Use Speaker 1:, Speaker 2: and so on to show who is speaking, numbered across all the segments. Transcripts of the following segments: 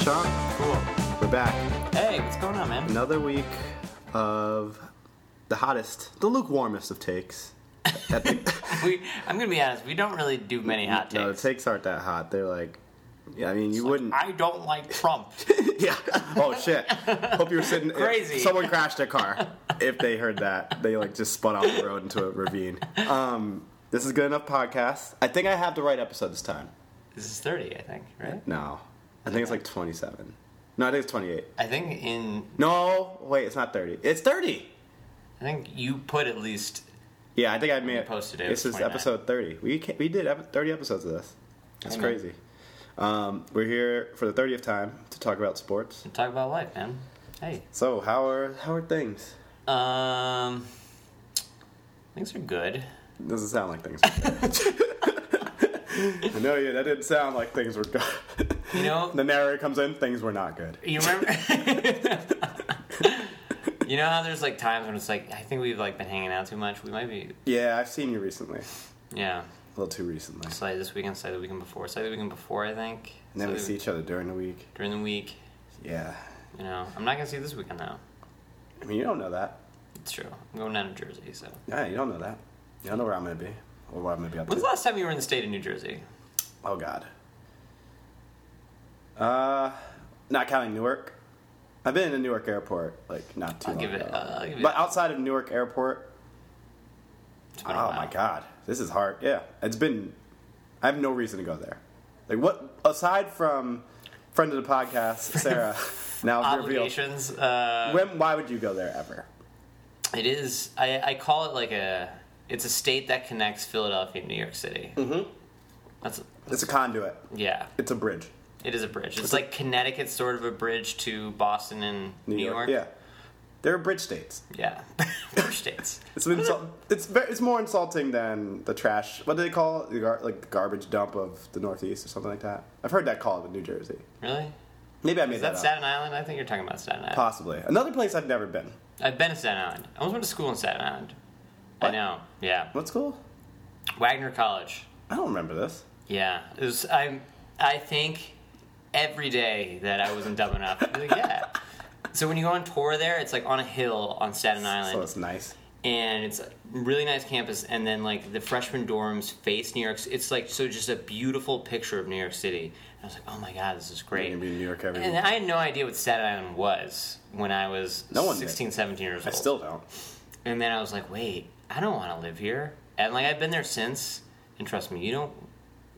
Speaker 1: Sean,
Speaker 2: Cool.
Speaker 1: we're back.
Speaker 2: Hey, what's going on, man?
Speaker 1: Another week of the hottest, the lukewarmest of takes. At the-
Speaker 2: We, I'm gonna be honest. We don't really do many hot takes.
Speaker 1: no, the takes aren't that hot. They're like, yeah, I mean, you wouldn't.
Speaker 2: I don't like Trump.
Speaker 1: yeah. Oh shit. Hope you were sitting. if
Speaker 2: Crazy.
Speaker 1: Someone crashed their car. If they heard that, they like just spun off the road into a ravine. Um, this is good enough podcast. I think I have the right episode this time.
Speaker 2: this is 30, I think, right?
Speaker 1: No, I think it's like 27. No, I think it's 28.
Speaker 2: I think in
Speaker 1: No, wait, it's not 30. It's 30.
Speaker 2: I think you put at least
Speaker 1: Yeah, I think I made it.
Speaker 2: posted it, it
Speaker 1: This
Speaker 2: was
Speaker 1: is
Speaker 2: 29.
Speaker 1: episode 30. We ca we did ep- 30 episodes of this. That's
Speaker 2: I know.
Speaker 1: crazy. Um, we're here for the 30th time to talk about sports.
Speaker 2: to talk about life, man. Hey,
Speaker 1: So how are how are things?
Speaker 2: um, things are good.
Speaker 1: Doesn't sound like things. I know you. That didn't sound like things were good.
Speaker 2: You know,
Speaker 1: the narrator comes in. Things were not good.
Speaker 2: you remember? you know how there's like times when it's like I think we've like been hanging out too much. We might be,
Speaker 1: Yeah, I've seen you recently. A
Speaker 2: yeah.
Speaker 1: little too recently.
Speaker 2: Slightly this weekend, slightly the weekend before, slightly the weekend before, I think.
Speaker 1: And then we
Speaker 2: Slightly
Speaker 1: see each other during the week.
Speaker 2: during the week.
Speaker 1: Yeah.
Speaker 2: You know, I'm not gonna see you this weekend though.
Speaker 1: I mean, you don't know that.
Speaker 2: It's true. I'm going down to Jersey, so.
Speaker 1: Yeah, you don't know that. You don't know where I'm gonna be or what I'm gonna be up
Speaker 2: When's
Speaker 1: to.
Speaker 2: the last time you were in the state of New Jersey?
Speaker 1: Oh God. Uh, not counting Newark. I've been in Newark Airport like not too
Speaker 2: I'll
Speaker 1: long
Speaker 2: give it.
Speaker 1: ago.
Speaker 2: Uh, I'll give it.
Speaker 1: but outside of Newark Airport,
Speaker 2: it's
Speaker 1: oh
Speaker 2: been a while.
Speaker 1: my God, this is hard. Yeah, it's been. I have no reason to go there. Like what aside from friend of the podcast Sarah now revealed.
Speaker 2: Obligations. Uh,
Speaker 1: When, why would you go there ever?
Speaker 2: it is. I, I call it like a. It's a state that connects Philadelphia and New York City. Mm-hmm. That's
Speaker 1: It's a conduit.
Speaker 2: yeah.
Speaker 1: It's a bridge.
Speaker 2: It is a bridge. It's like Connecticut's sort of a bridge to Boston and New, York.
Speaker 1: Yeah, there are bridge states.
Speaker 2: Yeah. bridge states.
Speaker 1: It's an insult. It's ve- it's more insulting than the trash. What do they call it? The gar- like the garbage dump of the Northeast or something like that. I've heard that called in New Jersey.
Speaker 2: Really?
Speaker 1: Maybe I made
Speaker 2: Is that
Speaker 1: that, up.
Speaker 2: Staten Island? I think you're talking about Staten Island.
Speaker 1: Possibly another place I've never been.
Speaker 2: I've been to Staten Island. I almost went to school in Staten Island. I
Speaker 1: What?
Speaker 2: know. Yeah.
Speaker 1: What school?
Speaker 2: Wagner College.
Speaker 1: I don't remember this.
Speaker 2: Yeah, it was. I I think every day that I was in Dublin, I'd be like, yeah. So when you go on tour there, it's like on a hill on Staten
Speaker 1: So
Speaker 2: Island,
Speaker 1: it's nice.
Speaker 2: and it's a really nice campus. And then like the freshman dorms face New York. It's like so just a beautiful picture of New York City. And I was like, oh my god, this is
Speaker 1: You
Speaker 2: great.
Speaker 1: can be in New York every.
Speaker 2: And
Speaker 1: week.
Speaker 2: I had no idea what Staten Island was when I was
Speaker 1: No one did.
Speaker 2: 16, 17 years
Speaker 1: I
Speaker 2: old.
Speaker 1: still don't.
Speaker 2: And then I was like, wait, I don't want to live here. And like I've been there since, and trust me, you don't.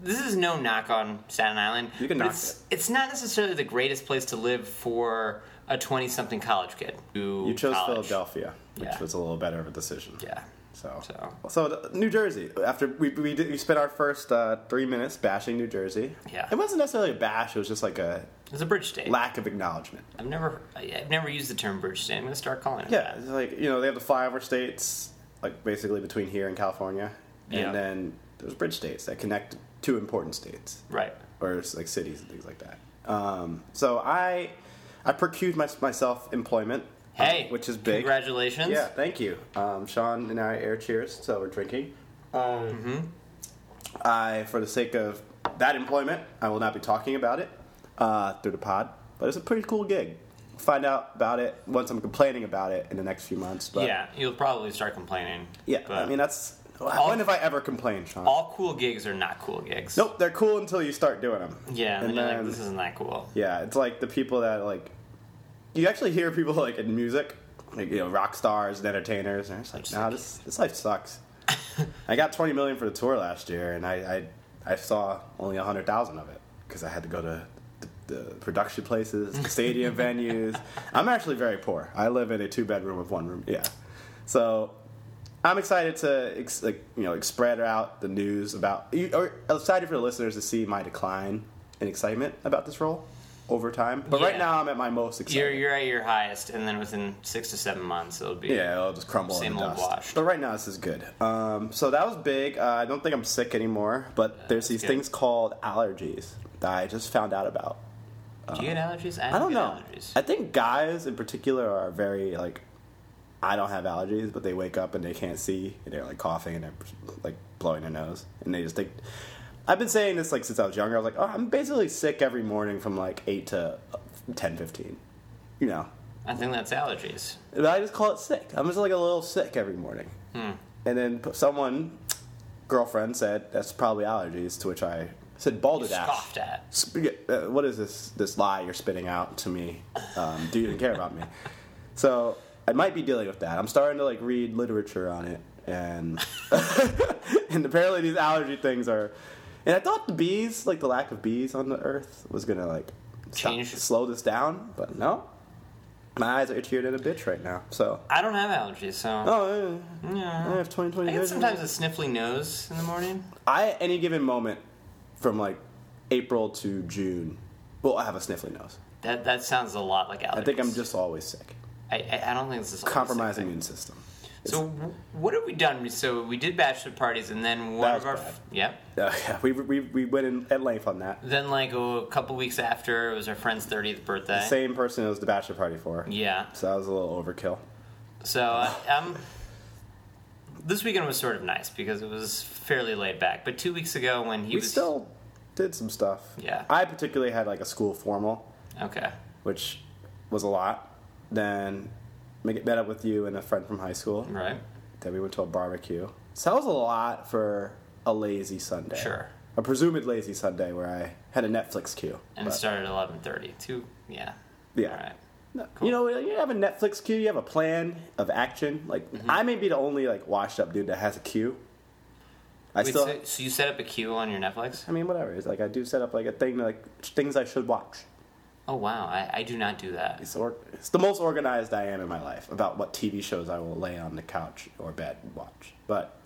Speaker 2: This is no knock on Staten Island.
Speaker 1: You can
Speaker 2: but
Speaker 1: knock
Speaker 2: it's, It's not necessarily the greatest place to live for a twenty-something college kid. Who
Speaker 1: You chose
Speaker 2: college.
Speaker 1: Philadelphia, which
Speaker 2: Yeah.
Speaker 1: was a little better of a decision.
Speaker 2: Yeah.
Speaker 1: So.
Speaker 2: So.
Speaker 1: So th- New Jersey. After we we, did, we spent our first uh, three minutes bashing New Jersey.
Speaker 2: Yeah.
Speaker 1: It wasn't necessarily a bash. It was just like a
Speaker 2: It's a bridge state.
Speaker 1: lack of acknowledgement.
Speaker 2: I've never, I- I've never used the term bridge state. I'm gonna start calling it.
Speaker 1: Yeah, it's like you know they have the flyover states, like basically between here and California, and
Speaker 2: Yeah.
Speaker 1: then there's bridge states that connect two important states
Speaker 2: that. Right.
Speaker 1: or it's like cities and things like that. Um, so I, I procured my, myself employment, uh,
Speaker 2: Hey.
Speaker 1: which is big.
Speaker 2: Congratulations.
Speaker 1: Yeah, thank you. Um, Sean and I air cheers, so we're drinking. Um,
Speaker 2: Mm-hmm.
Speaker 1: I, for the sake of that employment, I will not be talking about it uh, through the pod, but it's a pretty cool gig. Find out about it once I'm complaining about it in the next few months. But
Speaker 2: Yeah. You'll probably start complaining.
Speaker 1: yeah,
Speaker 2: But
Speaker 1: I mean that's
Speaker 2: All-
Speaker 1: when have I ever complained, Sean?
Speaker 2: all cool gigs are not cool gigs.
Speaker 1: nope, they're cool until you start doing them.
Speaker 2: Yeah. And,
Speaker 1: and
Speaker 2: then you're
Speaker 1: then-
Speaker 2: like, this isn't that cool.
Speaker 1: Yeah, it's like the people that like you actually hear people like in music, like you know, rock stars and entertainers, and it's like, nah, this this life sucks. I got twenty million for the tour last year, and I I, I saw only hundred thousand of it because I had to go to the, the production places, the stadium venues. I'm actually very poor. I live in a two bedroom with one room. Yeah, so. I'm excited to ex- like you know like, spread out the news about you, or excited for the listeners to see my decline in excitement about this role over time. But right
Speaker 2: Yeah.
Speaker 1: now I'm at my most excited.
Speaker 2: You're you're at your highest, and then within six to seven months, it'll be
Speaker 1: Yeah, it'll just crumble
Speaker 2: Same
Speaker 1: in the
Speaker 2: old
Speaker 1: dust.
Speaker 2: wash.
Speaker 1: But right now, this is good. Um, so that was big. Uh, I don't think I'm sick anymore, but there's
Speaker 2: that's
Speaker 1: these
Speaker 2: good.
Speaker 1: things called allergies that I just found out about.
Speaker 2: Do you get allergies?
Speaker 1: I don't
Speaker 2: get
Speaker 1: know.
Speaker 2: Allergies.
Speaker 1: I think guys in particular are very like, I don't have allergies, but they wake up and they can't see and they're like coughing and they're like blowing their nose and they just think. I've been saying this like since I was younger. I was like, oh, I'm basically sick every morning from like eight to uh, ten fifteen. You know,
Speaker 2: I think that's allergies.
Speaker 1: And I just call it sick. I'm just like a little sick every morning. And then p- someone, girlfriend, said that's probably allergies. To which I said, balderdash.
Speaker 2: Scoffed at.
Speaker 1: Sp- uh, what is this this lie you're spitting out to me? Um, do you even care about me? So I might be dealing with that. I'm starting to like read literature on it, and and apparently these allergy things are. And I thought the bees, like the lack of bees on the earth, was gonna like stop-
Speaker 2: Change.
Speaker 1: slow this down, but no. My eyes are itchier than a bitch right now. So
Speaker 2: I don't have allergies, so
Speaker 1: oh, yeah,
Speaker 2: yeah.
Speaker 1: I have 2020
Speaker 2: I get
Speaker 1: vision.
Speaker 2: sometimes a sniffly nose in the morning.
Speaker 1: I at any given moment, from like April to June, well, I have a sniffly nose.
Speaker 2: That that sounds a lot like allergies.
Speaker 1: I think I'm just always sick.
Speaker 2: I, I, I don't think this is
Speaker 1: Compromised immune system. uh,
Speaker 2: So w- what have we done? So we did bachelor parties, and then one
Speaker 1: That
Speaker 2: of our
Speaker 1: was bad.
Speaker 2: yep.
Speaker 1: Uh, yeah, we, we, we went in at length on that.
Speaker 2: Then like oh, a couple weeks after, it was our friend's thirtieth birthday.
Speaker 1: Same person it was the bachelor party for.
Speaker 2: Yeah.
Speaker 1: So that was a little overkill.
Speaker 2: So I, I'm. This weekend was sort of nice because it was fairly laid back. But two weeks ago, when he
Speaker 1: We
Speaker 2: was
Speaker 1: still did some stuff.
Speaker 2: Yeah.
Speaker 1: I particularly had like a school formal,
Speaker 2: okay,
Speaker 1: which was a lot. Then make it met up with you and a friend from high school.
Speaker 2: right?
Speaker 1: Then we went to a barbecue. So that was a lot for a lazy Sunday.
Speaker 2: Sure.
Speaker 1: A presumed lazy Sunday where I had a Netflix queue.
Speaker 2: And it
Speaker 1: But,
Speaker 2: started at eleven thirty. Two, yeah.
Speaker 1: yeah.
Speaker 2: All right.
Speaker 1: No, You know, you have a Netflix queue. You have a plan of action. Like I may be the only like washed up dude that has a queue. I
Speaker 2: Wait,
Speaker 1: still,
Speaker 2: so, so you set up a queue on your Netflix?
Speaker 1: I mean, whatever. It's like I do set up like a thing like things I should watch.
Speaker 2: Oh wow, I, I do not do that.
Speaker 1: It's, or, it's the most organized I am in my life about what TV shows I will lay on the couch or bed and watch. But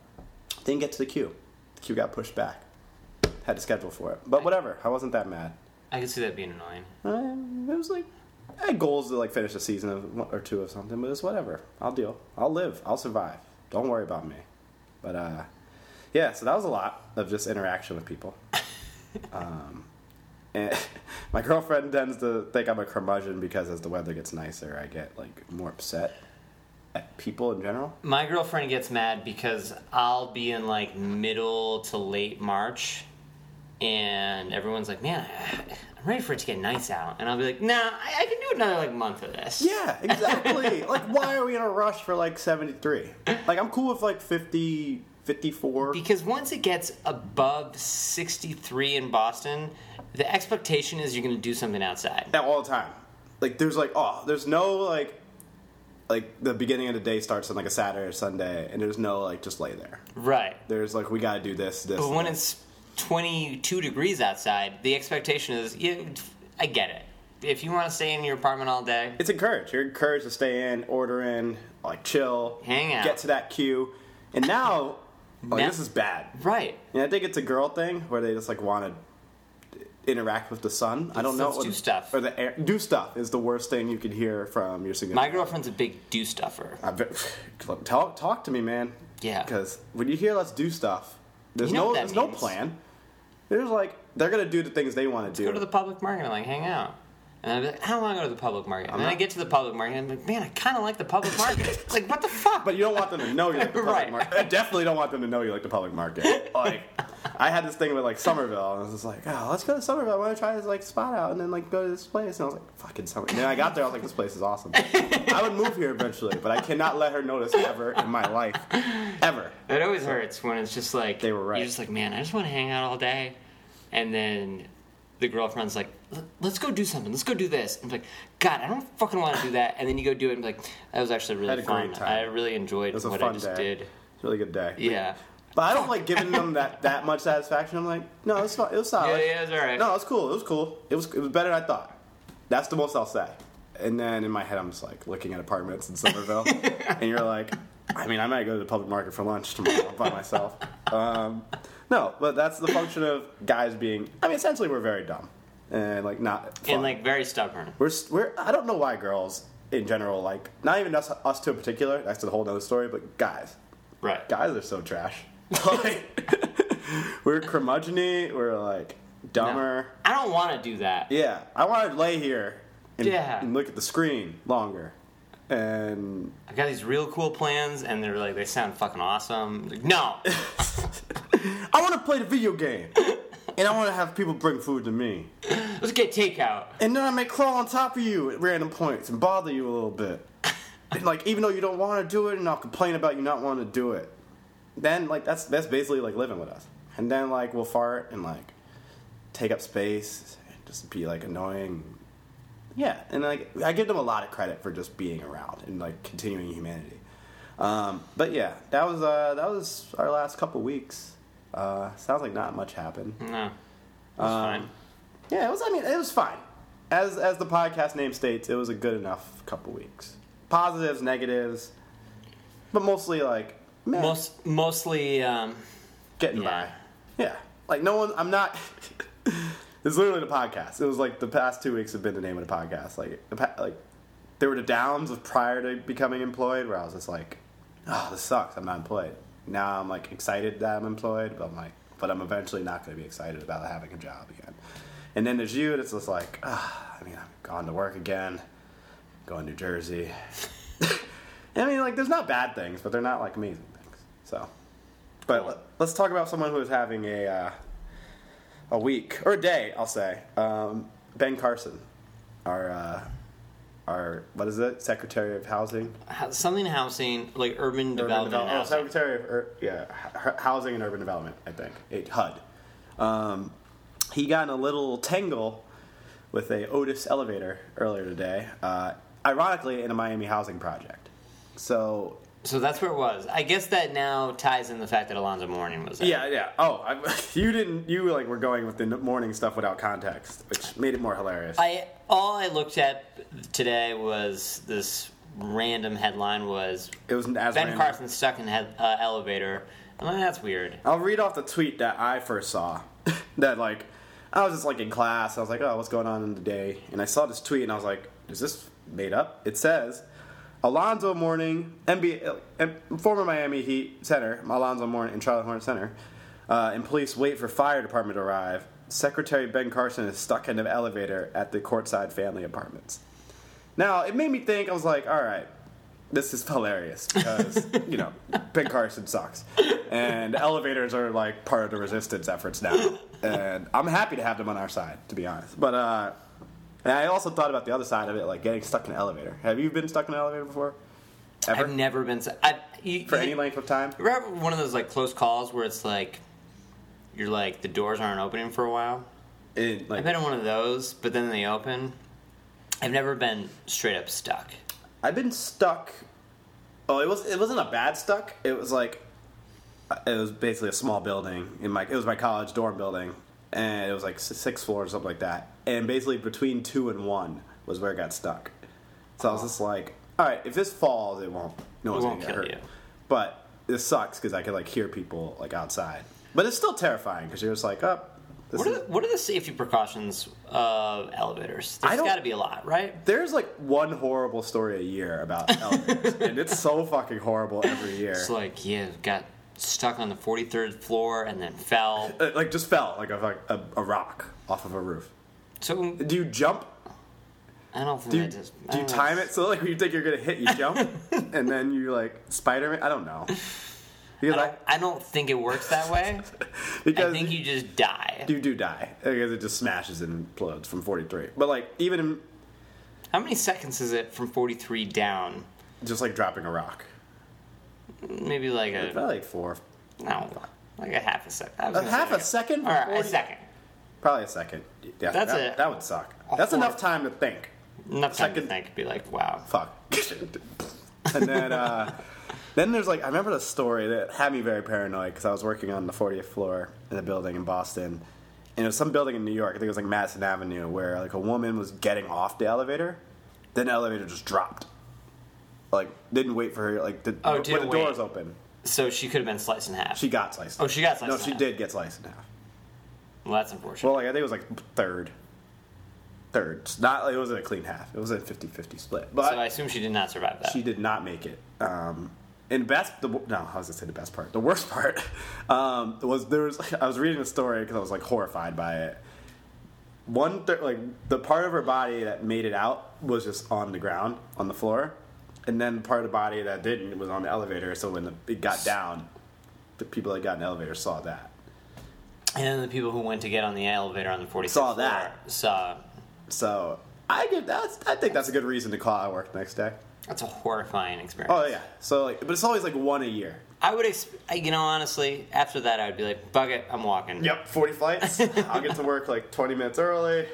Speaker 1: didn't get to the queue. The queue got pushed back. Had to schedule for it, but whatever. I wasn't that mad.
Speaker 2: I could see that being annoying.
Speaker 1: Um, it was like I had goals to like finish a season of one or two of something, but it's whatever. I'll deal. I'll live. I'll survive. Don't worry about me. But uh, yeah. So that was a lot of just interaction with people. um, and my girlfriend tends to think I'm a curmudgeon because as the weather gets nicer, I get like more upset at people in general.
Speaker 2: My girlfriend gets mad because I'll be in like middle to late March, and everyone's like, "Man, I, I'm ready for it to get nice out," and I'll be like, "Nah, I, I can do another like month of this."
Speaker 1: Yeah, exactly. like, why are we in a rush for like 73? Like, I'm cool with like 50, 54.
Speaker 2: Because once it gets above 63 in Boston, the expectation is you're going to do something outside.
Speaker 1: at all the time. Like there's like oh there's no like like the beginning of the day starts on like a Saturday or Sunday and there's no like just lay there.
Speaker 2: Right.
Speaker 1: There's like we gotta do this this.
Speaker 2: But
Speaker 1: and
Speaker 2: when
Speaker 1: this.
Speaker 2: it's 22 degrees outside, the expectation is, yeah, I get it. If you want to stay in your apartment all day,
Speaker 1: it's encouraged. You're encouraged to stay in, order in, like chill,
Speaker 2: Hang out.
Speaker 1: get to that queue, and now like,
Speaker 2: Now-
Speaker 1: this is bad.
Speaker 2: right.
Speaker 1: And I think it's a girl thing where they just like want to interact with the sun. I don't know.
Speaker 2: Let's do stuff.
Speaker 1: or the air. Do stuff is the worst thing you could hear from your significant.
Speaker 2: My
Speaker 1: other.
Speaker 2: girlfriend's a big do stuffer.
Speaker 1: I bet, talk talk to me, man.
Speaker 2: Yeah.
Speaker 1: Because when you hear "let's do stuff," there's
Speaker 2: You know
Speaker 1: no
Speaker 2: what that
Speaker 1: there's no
Speaker 2: means.
Speaker 1: plan. There's like they're gonna do the things they want to do.
Speaker 2: Go to the public market and like hang out. And I'd be like, I don't want to go to the public market. And then I
Speaker 1: not-
Speaker 2: get to the public market and I'm like, man, I kind of like the public market. like, what the fuck?
Speaker 1: but you don't want them to know you like the public
Speaker 2: Right.
Speaker 1: market. I definitely don't want them to know you like the public market. Like I had this thing with like Somerville, and I was just like, oh, let's go to Somerville. I want to try this like spot out, and then like go to this place. And I was like, fucking Somerville. And then I got there, I was like, this place is awesome. I would move here eventually, but I cannot let her notice ever in my life, ever.
Speaker 2: It always hurts when it's just like
Speaker 1: They were right.
Speaker 2: You're just like, man, I just want to hang out all day, and then the girlfriend's like, "Let- let's go do something. Let's go do this. I'm like, God, I don't fucking want to do that. And then you go do it, and be like, that was actually really
Speaker 1: Had a
Speaker 2: fun.
Speaker 1: great time.
Speaker 2: I really enjoyed
Speaker 1: was a
Speaker 2: what I
Speaker 1: fun
Speaker 2: just
Speaker 1: day.
Speaker 2: did.
Speaker 1: It's a really good day.
Speaker 2: Yeah,
Speaker 1: But I don't like giving them that, that much satisfaction. I'm like, no, it's not. It was solid.
Speaker 2: yeah, yeah, it's all right.
Speaker 1: No, it was cool. It was cool. It was it was better than I thought. That's the most I'll say. And then in my head, I'm just like looking at apartments in Somerville, and you're like, I mean, I might go to the public market for lunch tomorrow by myself. Um, no, but that's the function of guys being. I mean, essentially, we're very dumb and like not. Fun.
Speaker 2: and like very stubborn.
Speaker 1: We're s- we're I don't know why girls in general like not even us us two in particular. That's a whole other story. But guys,
Speaker 2: Right.
Speaker 1: guys are so trash. Like, we're curmudgeony. We're like dumber.
Speaker 2: I don't want to do that.
Speaker 1: Yeah, I want to lay here and,
Speaker 2: Yeah.
Speaker 1: and look at the screen longer. And
Speaker 2: I've got these real cool plans, and they're like, they sound fucking awesome. Like, no,
Speaker 1: I want to play the video game. and I want to have people bring food to me.
Speaker 2: Let's get takeout.
Speaker 1: And then I may crawl on top of you at random points and bother you a little bit. And, like even though you don't want to do it, and I'll complain about you not wanting to do it. Then like that's that's basically like living with us. And then like we'll fart and like take up space, and just be like annoying. Yeah, and like I give them a lot of credit for just being around and like continuing humanity. Um, but yeah, that was uh, that was our last couple weeks. Uh, sounds like not much happened.
Speaker 2: No, that's
Speaker 1: Um,
Speaker 2: fine.
Speaker 1: Yeah, it was. I mean, it was fine. As as the podcast name states, it was a good enough couple weeks. Positives, negatives, but mostly like man,
Speaker 2: Most mostly, um,
Speaker 1: getting
Speaker 2: yeah.
Speaker 1: by. Yeah, like no one. I'm not. it's literally the podcast. It was like the past two weeks have been the name of the podcast. Like the pa- like there were the downs of prior to becoming employed, where I was just like, oh, this sucks. I'm not employed. Now I'm like excited that I'm employed, but I'm like, but I'm eventually not going to be excited about having a job again. And then there's you, and it's just like, ah, I mean, I'm gone to work again, going to New Jersey. I mean, like, there's not bad things, but they're not like amazing things. So, but let, let's talk about someone who is having a uh, a week or a day, I'll say. Um, ben Carson, our uh, our what is it? Secretary of Housing.
Speaker 2: ho- something housing like urban development.
Speaker 1: Development- oh,
Speaker 2: housing.
Speaker 1: Secretary of Ur- yeah, H- Housing and Urban Development, I think. It, HUD. Um, he got in a little tangle with a Otis elevator earlier today. Uh, ironically, in a Miami housing project. So
Speaker 2: So that's where it was. I guess that now ties in the fact that Alonzo Mourning was there.
Speaker 1: yeah, yeah. Oh, I, you didn't. You like were going with the morning stuff without context, which made it more hilarious.
Speaker 2: I all I looked at today was this random headline was
Speaker 1: it was as
Speaker 2: Ben
Speaker 1: random.
Speaker 2: Carson stuck in head, uh, elevator. I'm like, that's weird.
Speaker 1: I'll read off the tweet that I first saw. that like, I was just like in class. I was like, oh, what's going on in the day? And I saw this tweet, and I was like, is this made up? It says, Alonzo Mourning, NBA, uh, former Miami Heat center, Alonzo Mourning and Charlotte Hornet center, uh, and police wait for fire department to arrive. Secretary Ben Carson is stuck in an elevator at the courtside family apartments. Now it made me think. I was like, all right, this is hilarious because you know Ben Carson sucks, and elevators are like part of the resistance efforts now. And I'm happy to have them on our side, to be honest. But uh, and I also thought about the other side of it, like getting stuck in an elevator. Have you been stuck in an elevator before? Ever
Speaker 2: I've never been. s- I, you,
Speaker 1: for any length of time?
Speaker 2: Remember one of those like close calls where it's like you're like the doors aren't opening for a while.
Speaker 1: In, like,
Speaker 2: I've been in one of those, but then they open. I've never been straight up stuck.
Speaker 1: I've been stuck. Well, it was it wasn't a bad stuck. It was like it was basically a small building in my it was my college dorm building, and it was like s- six floors or something like that. And basically between two and one was where I got stuck. So I was just like, all right, if this falls, it won't. No one's
Speaker 2: won't
Speaker 1: gonna get
Speaker 2: kill
Speaker 1: hurt.
Speaker 2: you.
Speaker 1: But this sucks because I could like hear people like outside. But it's still terrifying because you're just like, up. Oh, this
Speaker 2: What are
Speaker 1: is-
Speaker 2: the, what are the safety precautions of elevators?
Speaker 1: I
Speaker 2: There's
Speaker 1: don't-
Speaker 2: got to be a lot, right?
Speaker 1: there's like one horrible story a year about elevators, and it's so fucking horrible every year.
Speaker 2: It's like yeah, got stuck on the 43rd floor and then fell.
Speaker 1: It, Uh, like just fell like a like a, a rock off of a roof.
Speaker 2: So
Speaker 1: Do you jump?
Speaker 2: I don't think
Speaker 1: Do you,
Speaker 2: that just. I
Speaker 1: do you
Speaker 2: don't know.
Speaker 1: time it so like when you think you're gonna hit, you jump, and then you like Spider Man? I don't know. Because
Speaker 2: I
Speaker 1: I,
Speaker 2: don't, I don't think it works that way. I
Speaker 1: because
Speaker 2: think you just die.
Speaker 1: you do die because it just smashes and implodes from 43. But like even in,
Speaker 2: How many seconds is it from 43 down?
Speaker 1: just like dropping a rock,
Speaker 2: Maybe like a
Speaker 1: probably like four,
Speaker 2: no, like a half a second. I was
Speaker 1: a
Speaker 2: gonna say
Speaker 1: half
Speaker 2: like
Speaker 1: a
Speaker 2: All
Speaker 1: second, from
Speaker 2: right, a
Speaker 1: 40?
Speaker 2: second.
Speaker 1: probably a second. Yeah,
Speaker 2: That's
Speaker 1: that,
Speaker 2: a-
Speaker 1: that would suck.
Speaker 2: a
Speaker 1: That's
Speaker 2: four.
Speaker 1: enough time to think.
Speaker 2: Enough time
Speaker 1: Second.
Speaker 2: to think. Be like, wow.
Speaker 1: fuck. and then, uh, then there's like, I remember the story that had me very paranoid because I was working on the 40th floor in a building in Boston. And it was some building in New York, I think it was like Madison Avenue, where like a woman was getting off the elevator, then the elevator just dropped. Like, didn't wait for her, like, the,
Speaker 2: Oh,
Speaker 1: when
Speaker 2: didn't
Speaker 1: the
Speaker 2: wait.
Speaker 1: door was open,
Speaker 2: So she could have been sliced in half.
Speaker 1: she got sliced.
Speaker 2: Oh, she got sliced
Speaker 1: No,
Speaker 2: in
Speaker 1: she
Speaker 2: half.
Speaker 1: did get sliced in half.
Speaker 2: well, that's unfortunate.
Speaker 1: Well, like, I think it was like third. Third. It's Not, like, it wasn't a clean half. It was a 50 50 split. But
Speaker 2: so I assume she did not survive that.
Speaker 1: she did not make it. Um, and best, the, no, I was gonna say the best part. The worst part um, was there was I was reading the story because I was like horrified by it. One thir- like the part of her body that made it out was just on the ground on the floor, and then the part of the body that didn't was on the elevator. So when the, it got down, the people that got in the elevator saw that.
Speaker 2: And then the people who went to get on the elevator on the 46th
Speaker 1: Saw
Speaker 2: floor
Speaker 1: that.
Speaker 2: saw.
Speaker 1: So I give that's I think that's a good reason to call out work the next day.
Speaker 2: That's a horrifying experience.
Speaker 1: Oh yeah. So like, but it's always like one a year.
Speaker 2: I would, exp- I- you know, honestly, after that, I would be like, "Bug it, I'm walking."
Speaker 1: Yep, forty flights. I'll get to work like twenty minutes early,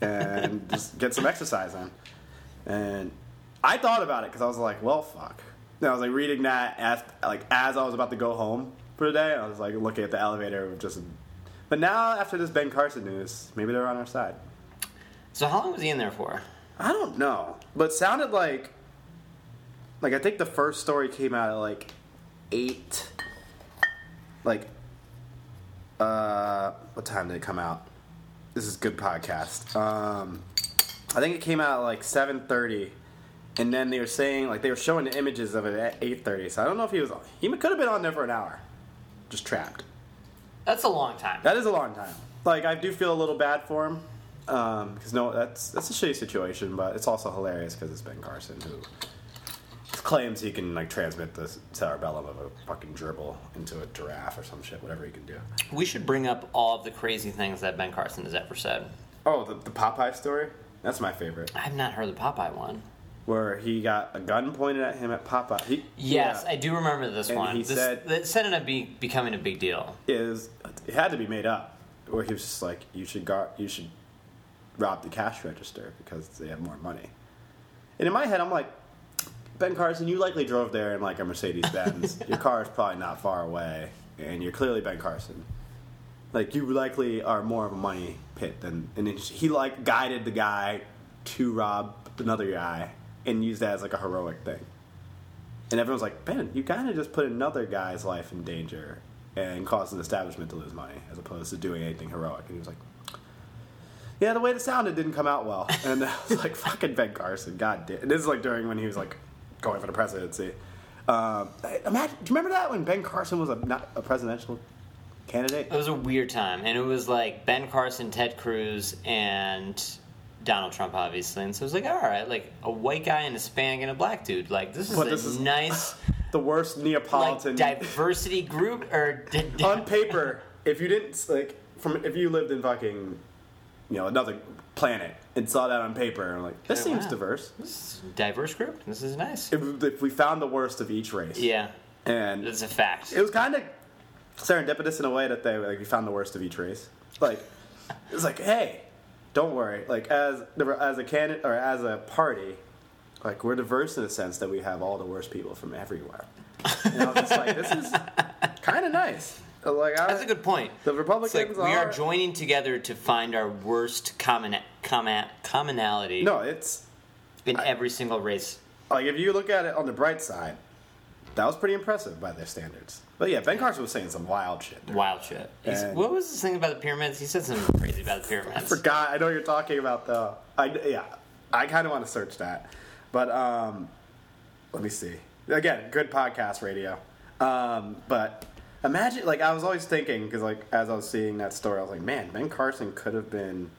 Speaker 1: and just get some exercise in. And I thought about it because I was like, well, fuck. And I was like reading that as like as I was about to go home for the day. I was like looking at the elevator, with just. But now after this Ben Carson news, maybe they're on our side.
Speaker 2: So how long was he in there for?
Speaker 1: I don't know, but sounded like like I think the first story came out at like eight. Like, uh, what time did it come out? This is good podcast. Um, I think it came out at like seven thirty, and then they were saying like they were showing the images of it at eight thirty. So I don't know if he was he could have been on there for an hour, just trapped.
Speaker 2: That's a long time.
Speaker 1: That is a long time. Like I do feel a little bad for him because no, that's that's a shitty situation, but it's also hilarious because it's Ben Carson who claims he can like transmit the cerebellum of a fucking dribble into a giraffe or some shit, whatever he can do.
Speaker 2: We should bring up all of the crazy things that Ben Carson has ever said.
Speaker 1: Oh, the, the Popeye story. That's my favorite,
Speaker 2: I've not heard the Popeye one.
Speaker 1: where he got a gun pointed at him at Popeye. He,
Speaker 2: Yes,
Speaker 1: yeah,
Speaker 2: I do remember this
Speaker 1: And
Speaker 2: one.
Speaker 1: he
Speaker 2: this,
Speaker 1: said-
Speaker 2: that said it up be, becoming a big deal.
Speaker 1: is it had to be made up, where he was just like, "You should guard, you should rob the cash register because they have more money." And in my head, I'm like, Ben Carson, you likely drove there in like a Mercedes Benz. your car is probably not far away, and you're clearly Ben Carson. Like you likely are more of a money pit than, and then he like guided the guy to rob another guy and used that as like a heroic thing. And everyone's like, Ben, you kind of just put another guy's life in danger and caused an establishment to lose money as opposed to doing anything heroic. And he was like, Yeah, the way it sounded didn't come out well. And I was like, Fucking Ben Carson, god damn. This is like during when he was like going for the presidency. Um, I- imagine, do you remember that when Ben Carson was a, not a presidential candidate?
Speaker 2: It was a weird time, and it was like Ben Carson, Ted Cruz, and Donald Trump, obviously. And so it was like, all right, like a white guy and a Hispanic and a black dude. Like this is
Speaker 1: But
Speaker 2: a
Speaker 1: this is-
Speaker 2: nice,
Speaker 1: The worst
Speaker 2: like
Speaker 1: Neapolitan.
Speaker 2: diversity group or d- d-
Speaker 1: on paper, if you didn't like from if you lived in fucking you know another planet and saw that on paper, I'm like this
Speaker 2: Yeah,
Speaker 1: seems
Speaker 2: wow.
Speaker 1: diverse.
Speaker 2: This is a diverse group. This is nice.
Speaker 1: If, if we found the worst of each race,
Speaker 2: yeah,
Speaker 1: and
Speaker 2: that's a fact.
Speaker 1: it was kind of serendipitous in a way that they like we found the worst of each race. Like it's like hey, don't worry. Like as as a candidate or as a party, like we're diverse in the sense that we have all the worst people from everywhere. And I was just like, this is kind of nice. Like I,
Speaker 2: That's a good point.
Speaker 1: The
Speaker 2: It's like
Speaker 1: Republicans
Speaker 2: we
Speaker 1: are,
Speaker 2: are joining together to find our worst common common commonality
Speaker 1: No, it's
Speaker 2: in every single race.
Speaker 1: like if you look at it on the bright side, that was pretty impressive by their standards. But yeah, Ben Carson was saying some wild shit. dude.
Speaker 2: Wild shit. He's-
Speaker 1: And-
Speaker 2: what was this thing about the pyramids? He said something crazy about the pyramids.
Speaker 1: Forgot. I know what you're talking about though. I yeah, I kind of want to search that, but um, let me see. Again, good podcast radio. Um, but imagine like I was always thinking because like as I was seeing that story, I was like, man, Ben Carson could have been.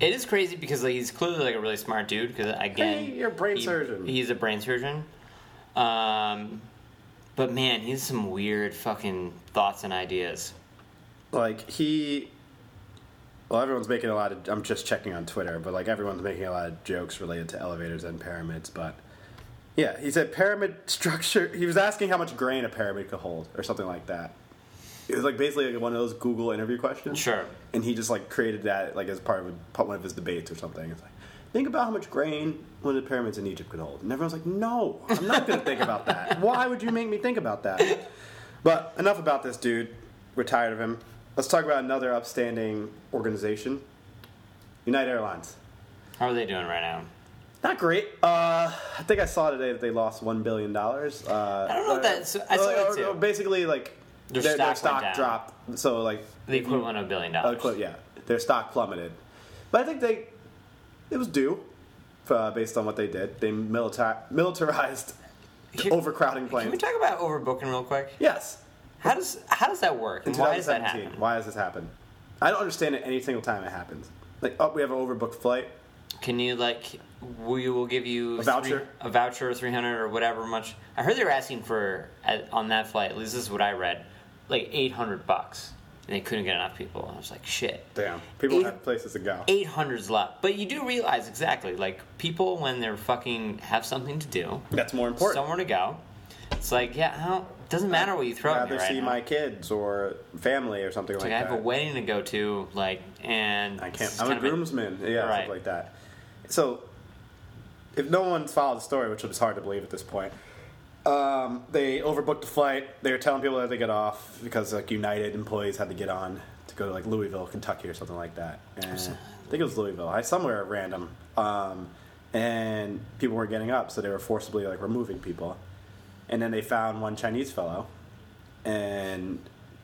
Speaker 2: It is crazy because like, he's clearly like a really smart dude. Because again,
Speaker 1: Hey, you're a brain
Speaker 2: he-
Speaker 1: surgeon.
Speaker 2: He's a brain surgeon. Um, but man, he's some weird fucking thoughts and ideas.
Speaker 1: like he well everyone's making a lot of i'm just checking on twitter but like everyone's making a lot of jokes related to elevators and pyramids but yeah he said pyramid structure he was asking how much grain a pyramid could hold or something like that it was like basically like one of those google interview questions
Speaker 2: Sure.
Speaker 1: and he just like created that like as part of a, one of his debates or something it's like think about how much grain one of the pyramids in egypt could hold and everyone's like no i'm not going to think about that why would you make me think about that but enough about this dude. We're tired of him. Let's talk about another upstanding organization United Airlines.
Speaker 2: How are they doing right now?
Speaker 1: Not great. Uh, I think I saw today that they lost $1 billion. Uh, I
Speaker 2: don't know if that's- I saw that too.
Speaker 1: Basically, like,
Speaker 2: Their
Speaker 1: their, their
Speaker 2: stock went
Speaker 1: stock,
Speaker 2: down.
Speaker 1: dropped. So, like,
Speaker 2: The equivalent of a billion
Speaker 1: uh,
Speaker 2: dollars.
Speaker 1: cl- yeah, their stock plummeted. But I think they, it was due uh, based on what they did. They milita- militarized
Speaker 2: Here-
Speaker 1: overcrowding
Speaker 2: Can we
Speaker 1: planes.
Speaker 2: talk about overbooking real quick?
Speaker 1: yes.
Speaker 2: How does how does that work? And why does that
Speaker 1: 2017.
Speaker 2: happen?
Speaker 1: Why does this happen? I don't understand it any single time it happens. Like, oh, we have an overbooked flight.
Speaker 2: Can you like we will give you
Speaker 1: A voucher?
Speaker 2: three- a voucher or three hundred or whatever much? I heard they were asking for at, on that flight. At least this is what I read, like eight hundred bucks. and they couldn't get enough people. I was like, shit.
Speaker 1: Damn. People
Speaker 2: Eight-
Speaker 1: have places to go.
Speaker 2: 800's left. But you do realize exactly, like, people when they're fucking have something to do,
Speaker 1: That's more important.
Speaker 2: somewhere to go, it's like, yeah, I don't, doesn't matter what you throw at me
Speaker 1: rather
Speaker 2: right
Speaker 1: see
Speaker 2: now.
Speaker 1: my kids or family or something like,
Speaker 2: like, I
Speaker 1: that.
Speaker 2: have a wedding to go to, like, and
Speaker 1: I
Speaker 2: this
Speaker 1: can't.
Speaker 2: is
Speaker 1: I'm
Speaker 2: kind
Speaker 1: a
Speaker 2: of
Speaker 1: groomsman. yeah,
Speaker 2: Right.
Speaker 1: something like that. So, if no one's followed the story, which is hard to believe at this point, um, they overbooked the flight. They were telling people that they get off because like United employees had to get on to go to like Louisville, Kentucky, or something like that. And I think it was Louisville. I somewhere random. Um, and people were getting up, so they were forcibly like removing people. And then they found one Chinese fellow and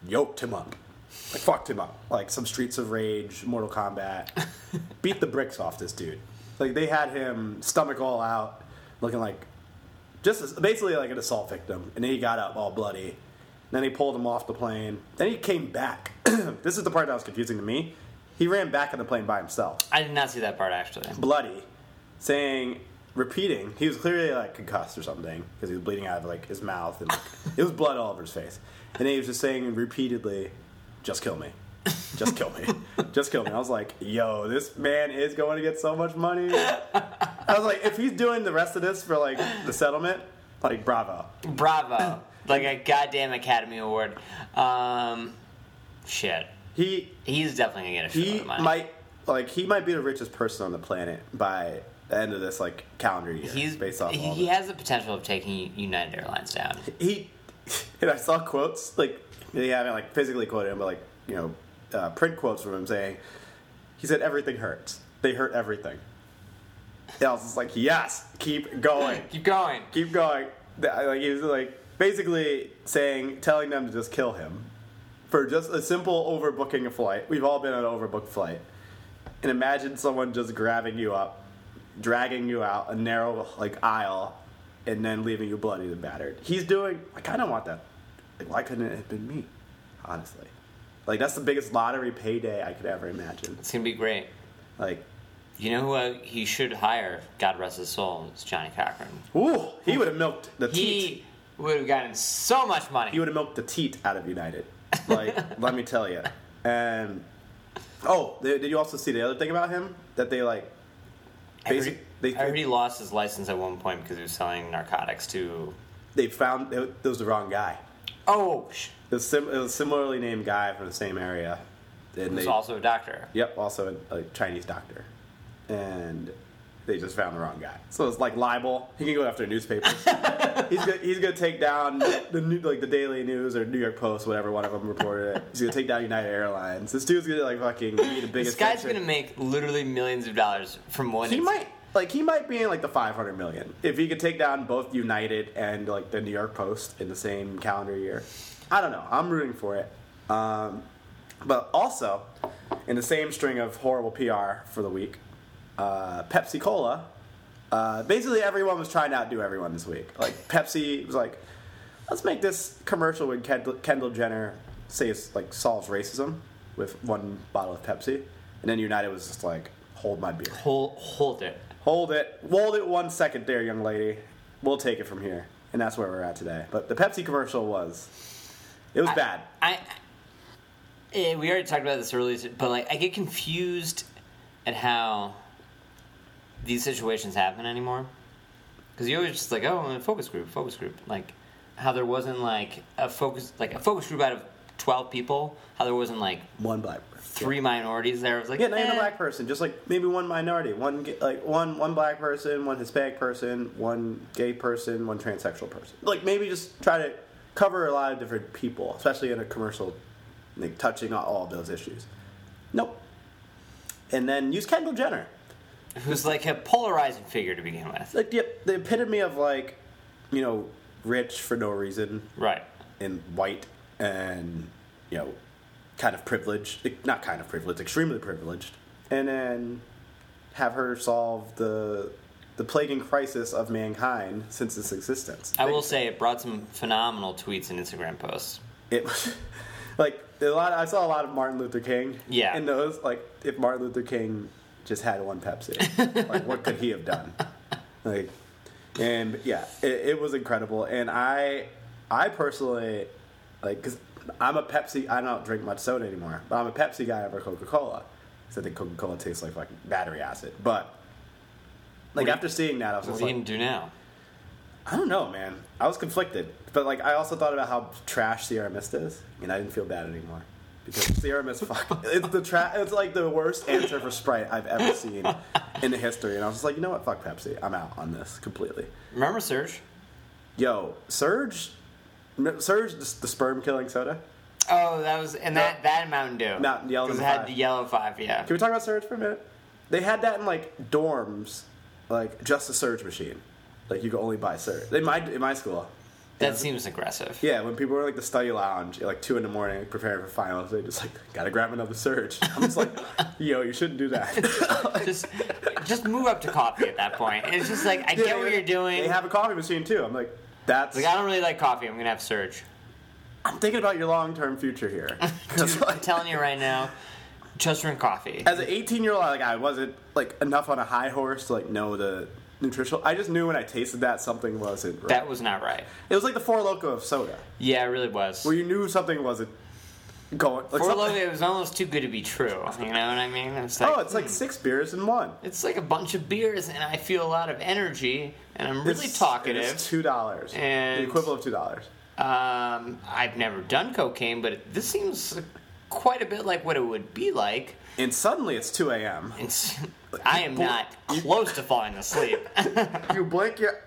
Speaker 1: yoked him up. Like fucked him up. Like some Streets of Rage, Mortal Kombat. Beat the bricks off this dude. Like they had him stomach all out, looking like just as, basically like an assault victim. And then he got up all bloody. Then he pulled him off the plane. Then he came back. this is the part that was confusing to me. He ran back on the plane by himself
Speaker 2: I did not see that part, actually.
Speaker 1: bloody, saying, repeating, he was clearly like concussed or something because he was bleeding out of like his mouth and like, it was blood all over his face. And he was just saying repeatedly, "Just kill me, just kill me, just kill me." I was like, "Yo, this man is going to get so much money." I was like, if he's doing the rest of this for like the settlement, like bravo.
Speaker 2: Bravo. like a goddamn Academy Award. Um, shit.
Speaker 1: He
Speaker 2: He's definitely going to get a
Speaker 1: he
Speaker 2: shitload of money.
Speaker 1: might like he might be the richest person on the planet by the end of this like calendar year.
Speaker 2: He's,
Speaker 1: based off
Speaker 2: he,
Speaker 1: all
Speaker 2: he
Speaker 1: this.
Speaker 2: has the potential of taking United Airlines down.
Speaker 1: he and I saw quotes like they haven't like physically quoted him, but like you know, uh, print quotes from him saying he said everything hurts. They hurt everything. And I was just like, yes, keep going,
Speaker 2: Keep going.
Speaker 1: keep going. Th- Like he was like basically saying, telling them to just kill him for just a simple overbooking a flight. We've all been on an overbooked flight, and imagine someone just grabbing you up, dragging you out a narrow like aisle, and then leaving you bloody and battered. He's doing. I kind of want that. Like, why couldn't it have been me? Honestly, like that's the biggest lottery payday I could ever imagine.
Speaker 2: It's going to be great.
Speaker 1: Like,
Speaker 2: You know who uh, he should hire, God rest his soul, is Johnny Cochran.
Speaker 1: ooh, he would have milked the teat.
Speaker 2: He would have gotten so much money.
Speaker 1: he would have milked the teat out of United. Like, let me tell you. And oh, th- did you also see the other thing about him that they like?
Speaker 2: I heard, he-
Speaker 1: basi- they,
Speaker 2: I heard he lost his license at one point because he was selling narcotics to.
Speaker 1: they found it, it was the wrong guy.
Speaker 2: Oh, sh-
Speaker 1: It was, sim- it was a similarly named guy from the same area. And
Speaker 2: he was
Speaker 1: they,
Speaker 2: also a doctor.
Speaker 1: yep, also a, a Chinese doctor, and they just found the wrong guy. So it's like libel. He can go after newspapers. he's gonna, he's gonna take down the new, like the Daily News or New York Post, whatever one of them reported it. He's gonna take down United Airlines. This dude's gonna like fucking be the
Speaker 2: This
Speaker 1: biggest.
Speaker 2: guy's
Speaker 1: censor-
Speaker 2: going to make literally millions of dollars from one.
Speaker 1: He
Speaker 2: inc-
Speaker 1: might like he might be in like the 500 million if he could take down both United and like the New York Post in the same calendar year. I don't know. I'm rooting for it. Um, but also, in the same string of horrible PR for the week, uh, Pepsi Cola. Uh, basically, everyone was trying to outdo everyone this week. Like Pepsi was like, let's make this commercial with Kendall, Kendall Jenner says like solves racism with one bottle of Pepsi, and then United was just like, hold my beer.
Speaker 2: Hold, hold it.
Speaker 1: Hold it. Hold it one second there, young lady. We'll take it from here. And that's where we're at today. But the Pepsi commercial was. It was
Speaker 2: I-
Speaker 1: bad.
Speaker 2: I, eh, we already talked about this earlier, but like I get confused at how these situations happen anymore. Because you always just like, oh, I'm in a focus group, focus group. Like how there wasn't like a focus, like a focus group out of twelve people. How there wasn't like
Speaker 1: One black person.
Speaker 2: three minorities there. It was like,
Speaker 1: Yeah, not even a
Speaker 2: eh.
Speaker 1: black person. Just like maybe one minority. One ga- like one one black person, one Hispanic person, one gay person, one transsexual person. Like maybe just try to cover a lot of different people, especially in a commercial like touching on all of those issues. Nope. And then use Kendall Jenner.
Speaker 2: It was like a polarizing figure to begin with,
Speaker 1: Like the, the epitome of like, you know, rich for no reason,
Speaker 2: right?
Speaker 1: and white and you know kind of privileged not kind of privileged extremely privileged and then have her solve the the plaguing crisis of mankind since its existence
Speaker 2: I will say it brought some phenomenal tweets and Instagram posts.
Speaker 1: it like a lot i saw a lot of martin luther king
Speaker 2: Yeah.
Speaker 1: and those like if martin luther king just had one pepsi like what could he have done like and yeah it, it was incredible and i i personally like because I'm a Pepsi. I don't drink much soda anymore, but I'm a Pepsi guy over Coca Cola. So I think Coca Cola tastes like fucking battery acid. But like after seeing that, I was
Speaker 2: What
Speaker 1: just
Speaker 2: are you
Speaker 1: like,
Speaker 2: gonna do now?
Speaker 1: I don't know, man. I was conflicted, but like I also thought about how trash Sierra Mist is, and I didn't feel bad anymore because Sierra Mist, fuck, it's the tra- It's like the worst answer for Sprite I've ever seen in the history, and I was just like, you know what, fuck Pepsi, I'm out on this completely.
Speaker 2: Remember Surge?
Speaker 1: Yo, Surge, Surge, the, the sperm killing soda.
Speaker 2: Oh, that was and that that in Mountain Dew.
Speaker 1: Mountain- yellow
Speaker 2: because it
Speaker 1: number
Speaker 2: had
Speaker 1: five.
Speaker 2: the yellow five. Yeah.
Speaker 1: Can we talk about Surge for a minute? They had that in like dorms, like just a Surge machine. Like you could only buy Surge in my in my school.
Speaker 2: That seems aggressive.
Speaker 1: Yeah, when people were like the study lounge at like two in the morning preparing for finals, they just like gotta grab another Surge. I'm just like, yo, you shouldn't do that.
Speaker 2: Just just move up to coffee at that point. It's just like I get what you're doing.
Speaker 1: They have a coffee machine too. I'm like, that's.
Speaker 2: like I don't really like coffee. I'm gonna have Surge.
Speaker 1: I'm thinking about your long term future here. 'Cause,
Speaker 2: I'm
Speaker 1: like,
Speaker 2: telling you right now, just drink coffee.
Speaker 1: as an 18 year old, like I wasn't like enough on a high horse to like know the nutritional. I just knew when I tasted that something wasn't. Right.
Speaker 2: That was not right.
Speaker 1: it was like the four loco of soda.
Speaker 2: Yeah, it really was.
Speaker 1: where you knew something wasn't going. Like
Speaker 2: Four
Speaker 1: something-
Speaker 2: Loko, it was almost too good to be true. You know what I mean? It's like,
Speaker 1: Oh, it's like six beers in one.
Speaker 2: it's like a bunch of beers, and I feel a lot of energy, and I'm really
Speaker 1: It's- It's
Speaker 2: talkative.
Speaker 1: two dollars.
Speaker 2: And-
Speaker 1: the equivalent of two dollars.
Speaker 2: Um, I've never done cocaine, but this seems quite a bit like what it would be like.
Speaker 1: And suddenly it's two a.m.
Speaker 2: It's, I am not close to falling asleep.
Speaker 1: You blink your.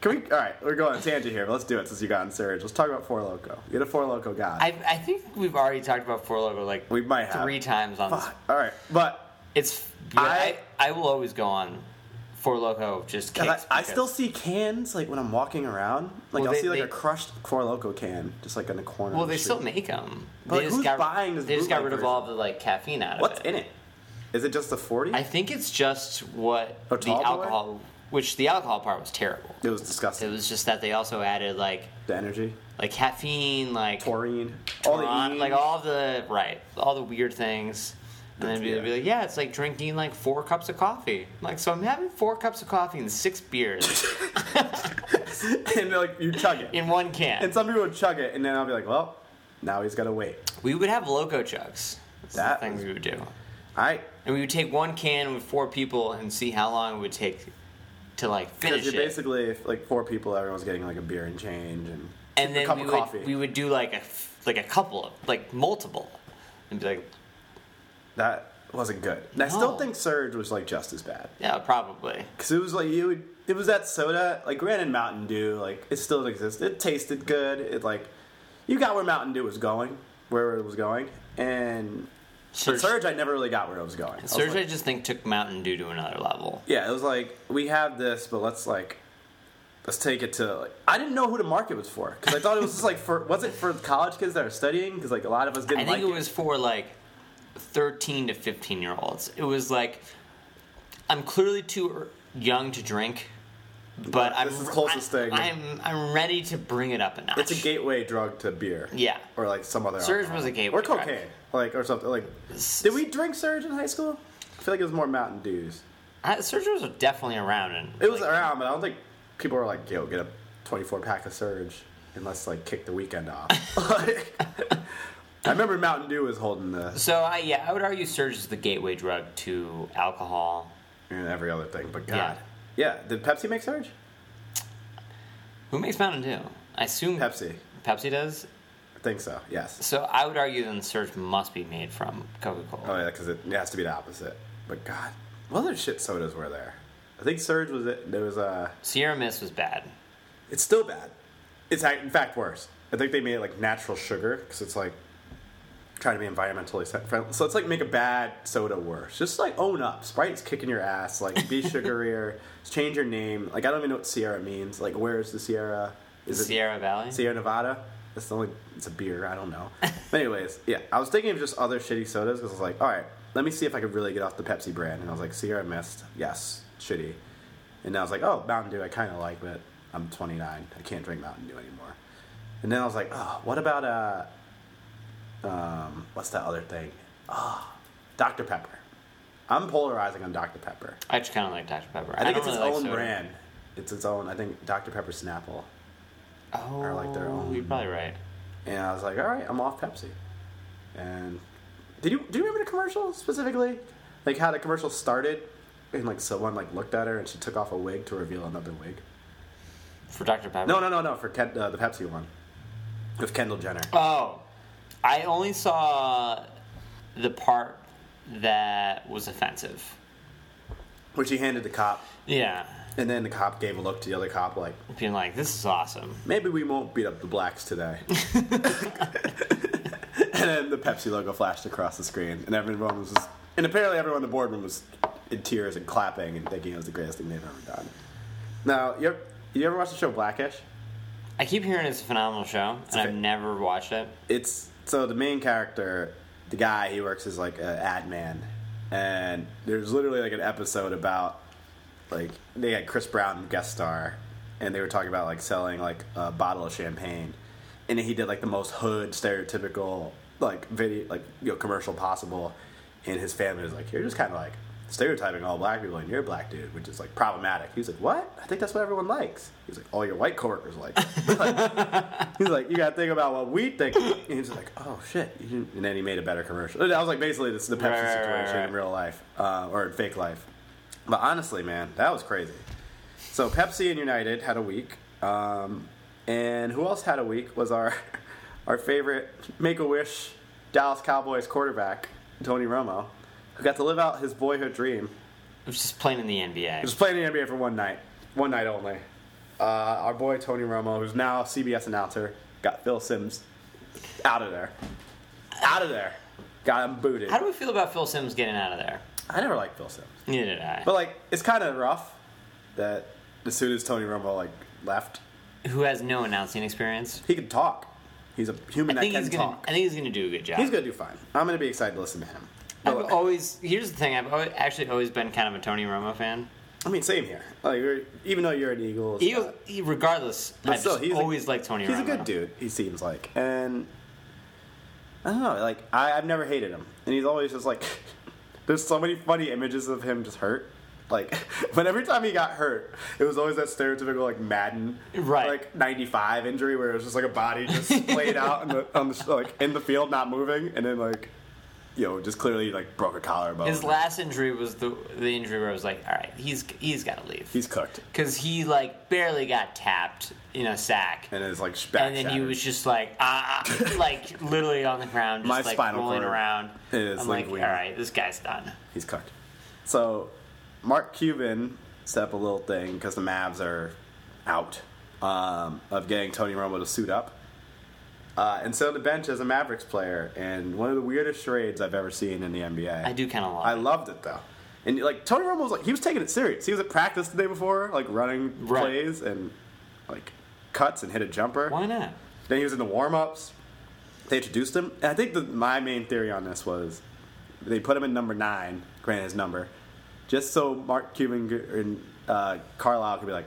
Speaker 1: Can we? All right, we're going on tangent here, but let's do it since you got on surge. Let's talk about Four Loco. You're a Four Loco guy.
Speaker 2: I, I think we've already talked about Four Loko like
Speaker 1: we might have
Speaker 2: three times on this.
Speaker 1: Fuck. All right, but
Speaker 2: It's I,
Speaker 1: I-
Speaker 2: I will always go on Four Loko just kicks.
Speaker 1: I, I
Speaker 2: because-
Speaker 1: still see cans like when I'm walking around. Like
Speaker 2: Well,
Speaker 1: I'll
Speaker 2: they-
Speaker 1: see like
Speaker 2: they-
Speaker 1: a crushed Four Loco can just like in the corner.
Speaker 2: Well,
Speaker 1: of the
Speaker 2: they
Speaker 1: street.
Speaker 2: still make them.
Speaker 1: But,
Speaker 2: they
Speaker 1: like,
Speaker 2: just
Speaker 1: who's
Speaker 2: got,
Speaker 1: buying this
Speaker 2: They just got rid
Speaker 1: bootleg
Speaker 2: of all the like caffeine out of
Speaker 1: What's
Speaker 2: it.
Speaker 1: in it? Is it just the forty?
Speaker 2: I think it's just what
Speaker 1: A
Speaker 2: the
Speaker 1: tall boy?
Speaker 2: alcohol, which the alcohol part was terrible.
Speaker 1: It was
Speaker 2: It
Speaker 1: disgusting.
Speaker 2: was just that they also added like
Speaker 1: the energy.
Speaker 2: like caffeine, like
Speaker 1: taurine,
Speaker 2: Tron,
Speaker 1: E.
Speaker 2: like all the right, all the weird things. And then
Speaker 1: That's-
Speaker 2: they'd be like, yeah, it's like drinking like four cups of coffee. I'm like, so I'm having four cups of coffee and six beers
Speaker 1: and like you chug it,
Speaker 2: in one can.
Speaker 1: and some people would chug it, and then I'll be like, well, now he's gotta wait.
Speaker 2: we would have loco chugs. That's
Speaker 1: That-
Speaker 2: the things we would do.
Speaker 1: All right,
Speaker 2: And we would take one can with four people and see how long it would take to like
Speaker 1: because
Speaker 2: finish
Speaker 1: you're
Speaker 2: it.
Speaker 1: basically if, like four people. Everyone's getting like a beer and change, and
Speaker 2: and then
Speaker 1: a cup
Speaker 2: we
Speaker 1: of
Speaker 2: would,
Speaker 1: coffee.
Speaker 2: we would do like a like a couple of like multiple, and be like,
Speaker 1: that wasn't good. And I
Speaker 2: No.
Speaker 1: still think Surge was like just as bad
Speaker 2: yeah, probably.
Speaker 1: because it was like you would. It was that soda, like granted Mountain Dew, like it still exists. It tasted good. It like you got where Mountain Dew was going, where it was going, and
Speaker 2: Surge,
Speaker 1: Surge I never really got where it was going. I was
Speaker 2: Surge
Speaker 1: like-
Speaker 2: I just think took Mountain Dew to another level.
Speaker 1: Yeah, it was like we have this, but let's like let's take it to. Like, I didn't know who the market was for because I thought it was just like for was it for college kids that are studying? Because like a lot of us didn't
Speaker 2: I think
Speaker 1: like
Speaker 2: it was for like 13 to 15 year olds. It was like, I'm clearly too er- young to drink, but I'm
Speaker 1: This is the closest
Speaker 2: I-
Speaker 1: thing.
Speaker 2: I'm I'm ready to bring it up a notch.
Speaker 1: It's a gateway drug to beer.
Speaker 2: Yeah.
Speaker 1: or like some other.
Speaker 2: Surge
Speaker 1: alcohol.
Speaker 2: was a gateway
Speaker 1: or
Speaker 2: drug.
Speaker 1: cocaine, like or something like. Did we drink Surge in high school? I feel like it was more Mountain Dews.
Speaker 2: I, Surge was definitely around. And,
Speaker 1: It was
Speaker 2: like,
Speaker 1: around, but I don't think people were like, "Yo, get a twenty-four pack of Surge," and let's like kick the weekend off. Like, I remember Mountain Dew was holding the
Speaker 2: so I yeah I would argue Surge is the gateway drug to alcohol.
Speaker 1: and every other thing, but
Speaker 2: Yeah.
Speaker 1: God, yeah. Did Pepsi make Surge?
Speaker 2: Who makes Mountain Dew? I assume
Speaker 1: Pepsi.
Speaker 2: Pepsi does.
Speaker 1: I think so. Yes.
Speaker 2: So I would argue then Surge must be made from Coca Cola.
Speaker 1: Oh yeah, because it, it has to be the opposite. But God, what other shit sodas were there? I think Surge was it. There was uh,
Speaker 2: Sierra Mist was bad.
Speaker 1: It's still bad. It's ac- in fact worse. I think they made it like natural sugar because it's like trying to be environmentally se- friendly. So it's like make a bad soda worse. Just like own up. Sprite's kicking your ass. Like be sugarier. change your name. Like I don't even know what Sierra means. Like where is the Sierra? Is it
Speaker 2: Sierra Valley.
Speaker 1: Sierra Nevada. That's the only. It's a beer. I don't know. But anyways, yeah, I was thinking of just other shitty sodas because I was like, all right, let me see if I could really get off the Pepsi brand. And I was like, Sierra Mist, yes, shitty. And I was like, oh, Mountain Dew, I kind of like, but I'm 29. I can't drink Mountain Dew anymore. And then I was like, oh, what about uh, um, what's that other thing? Oh, Dr Pepper. I'm polarizing on Dr Pepper.
Speaker 2: I just kind of like Dr Pepper.
Speaker 1: I think
Speaker 2: don't
Speaker 1: it's its
Speaker 2: really like
Speaker 1: own
Speaker 2: soda.
Speaker 1: brand. It's its own. I think Dr Pepper Snapple.
Speaker 2: Oh,
Speaker 1: like their own-
Speaker 2: You're probably right.
Speaker 1: And I was like, all right, I'm off Pepsi. And did you do you remember the commercial specifically? Like how the commercial started, and like someone like looked at her and she took off a wig to reveal another wig.
Speaker 2: for Dr. Pepper.
Speaker 1: No, no, no, no. For Ken, uh, the Pepsi one with Kendall Jenner.
Speaker 2: Oh, I only saw the part that was offensive.
Speaker 1: Which he handed the cop,
Speaker 2: Yeah,
Speaker 1: and then the cop gave a look to the other cop, like,
Speaker 2: being like, "This is awesome."
Speaker 1: maybe we won't beat up the blacks today. and then the Pepsi logo flashed across the screen, and everyone was just, and apparently everyone in the boardroom was in tears and clapping and thinking it was the greatest thing they've ever done. Now, you ever, you ever watch the show Blackish?
Speaker 2: I keep hearing it's a phenomenal show, and I've
Speaker 1: okay.
Speaker 2: never watched it.
Speaker 1: it's so the main character, the guy he works as like an ad man, and there's literally like an episode about like they had Chris Brown guest star, and they were talking about like selling like a bottle of champagne, and he did like the most hood stereotypical like video like you know commercial possible, and his family was like you're just kind of like stereotyping all black people and you're a black dude which is like problematic he was like what i think that's what everyone likes he was like all your white coworkers like He's like, you gotta think about what we think. And he's like, oh shit. you didn't- And then he made a better commercial. That was like basically this, the Pepsi
Speaker 2: Right, right, right,
Speaker 1: situation
Speaker 2: right.
Speaker 1: in real life uh, or in fake life. But honestly, man, that was crazy. So Pepsi and United had a week, um, and who else had a week was our our favorite Make a Wish Dallas Cowboys quarterback Tony Romo, who got to live out his boyhood dream
Speaker 2: It was just playing in the NBA.
Speaker 1: I was playing in the NBA for one night, one night only. Uh, our boy Tony Romo, who's now a CBS announcer, got Phil Sims out of there, out of there, got him booted.
Speaker 2: How do we feel about Phil Sims getting out of there?
Speaker 1: I never liked Phil Sims,
Speaker 2: Neither did I.
Speaker 1: but like it's kind of rough that as soon as Tony Romo like left,
Speaker 2: Who has no announcing experience?
Speaker 1: he could talk. He's a human
Speaker 2: I
Speaker 1: that
Speaker 2: think
Speaker 1: can
Speaker 2: he's gonna.
Speaker 1: talk.
Speaker 2: I think he's gonna do a good job.
Speaker 1: He's gonna do fine. I'm gonna be excited to listen to him.
Speaker 2: I've
Speaker 1: But,
Speaker 2: always. Here's the thing. I've always, actually always been kind of a Tony Romo fan.
Speaker 1: I mean, same here. Like, you're, even though you're an Eagles,
Speaker 2: Eagles, he- regardless,
Speaker 1: But
Speaker 2: I
Speaker 1: still,
Speaker 2: just
Speaker 1: he's a-
Speaker 2: always like Tony
Speaker 1: He's
Speaker 2: Romo.
Speaker 1: a good dude. He seems like, and I don't know. Like I, I've never hated him, and he's always just like. there's so many funny images of him just hurt. Like, but every time he got hurt, it was always that stereotypical like Madden,
Speaker 2: Right.
Speaker 1: Like '95 injury where it was just like a body just splayed out in the, on the like in the field, not moving, and then like, you know, just clearly like broke a collarbone.
Speaker 2: His last injury was the the injury where I was like, all right, he's he's got to leave
Speaker 1: he's cooked,
Speaker 2: because he like barely got tapped in a sack,
Speaker 1: and it's like back
Speaker 2: and then he
Speaker 1: shattered.
Speaker 2: was just like ah, like literally on the ground, just
Speaker 1: My
Speaker 2: like
Speaker 1: spinal
Speaker 2: rolling
Speaker 1: cord
Speaker 2: around.
Speaker 1: is
Speaker 2: I'm like, all
Speaker 1: like weird.
Speaker 2: right, this guy's done.
Speaker 1: He's cooked. So, Mark Cuban set up a little thing because the Mavs are out um, of getting Tony Romo to suit up. Uh, and so the bench is a Mavericks player, and one of the weirdest charades I've ever seen in the NBA.
Speaker 2: I do kind of love.
Speaker 1: I
Speaker 2: it.
Speaker 1: loved it though. And like Tony Romo was like he was taking it serious. He was at practice the day before, like running
Speaker 2: Right.
Speaker 1: plays and like cuts and hit a jumper.
Speaker 2: Why not?
Speaker 1: Then he was in the warm ups. They introduced him. And I think the, my main theory on this was they put him in number nine, granted his number, just so Mark Cuban g- and uh, Carlisle could be like,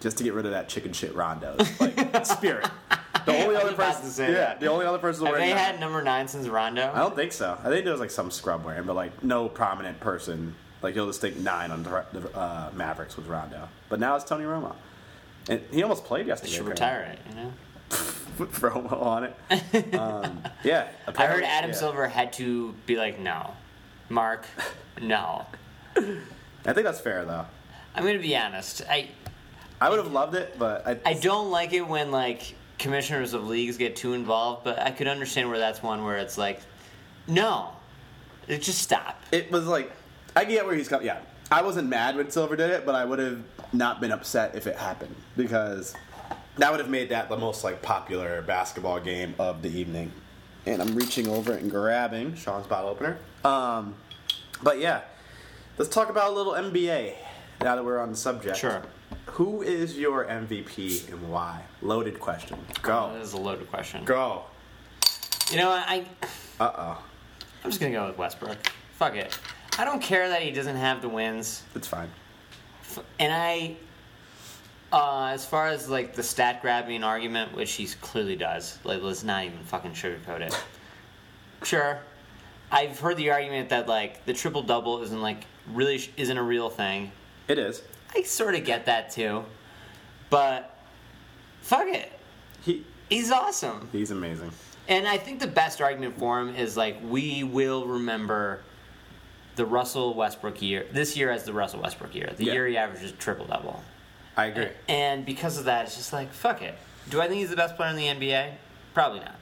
Speaker 1: just to get rid of that chicken shit Rondo like, spirit. The
Speaker 2: I
Speaker 1: only
Speaker 2: was
Speaker 1: other
Speaker 2: about
Speaker 1: person,
Speaker 2: to say
Speaker 1: yeah,
Speaker 2: that.
Speaker 1: the only other person
Speaker 2: Have
Speaker 1: wearing
Speaker 2: they
Speaker 1: that-
Speaker 2: had number nine since Rondo?
Speaker 1: I don't think so. I think there was like some scrub wearing, but like no prominent person. Like you'll just think nine on the the, uh, Mavericks was Rondo, but now it's Tony Romo, and he almost played yesterday.
Speaker 2: Should
Speaker 1: apparently
Speaker 2: retire it. You know.
Speaker 1: put promo on it. Um, yeah,
Speaker 2: I heard Adam
Speaker 1: yeah.
Speaker 2: Silver had to be like, no, Mark, no.
Speaker 1: I think that's fair though.
Speaker 2: I'm gonna be honest. I
Speaker 1: I would have loved it, but I,
Speaker 2: I don't like it when like commissioners of leagues get too involved, but I could understand where that's one where it's like, no, It- just stop.
Speaker 1: it was like I get where he's coming. Yeah, I wasn't mad when Silver did it, but I would have not been upset if it happened because that would have made that the most like popular basketball game of the evening. And I'm reaching over and grabbing Sean's bottle opener. Um, but yeah, let's talk about a little NBA now that we're on the subject.
Speaker 2: Sure.
Speaker 1: Who is your MVP and why? Loaded question. Go.
Speaker 2: That is a loaded question.
Speaker 1: Oh. Go.
Speaker 2: You know, what? I
Speaker 1: Uh oh.
Speaker 2: I'm just gonna go with Westbrook. Fuck it. I don't care that he doesn't have the wins,
Speaker 1: It's fine.
Speaker 2: F- and I. Uh, as far as like the stat grabbing argument, which he clearly does, like let's not even fucking sugarcoat it. Sure. I've heard the argument that like the triple double isn't like really sh- isn't a real thing.
Speaker 1: It is.
Speaker 2: I sort of get that too, but fuck it.
Speaker 1: He
Speaker 2: He's awesome.
Speaker 1: He's amazing.
Speaker 2: And I think the best argument for him is like we will remember the Russell Westbrook year this year as the Russell Westbrook year. The
Speaker 1: Yeah.
Speaker 2: year he averages triple double.
Speaker 1: I agree.
Speaker 2: And because of that, it's just like, fuck it. Do I think he's the best player in the NBA? Probably not.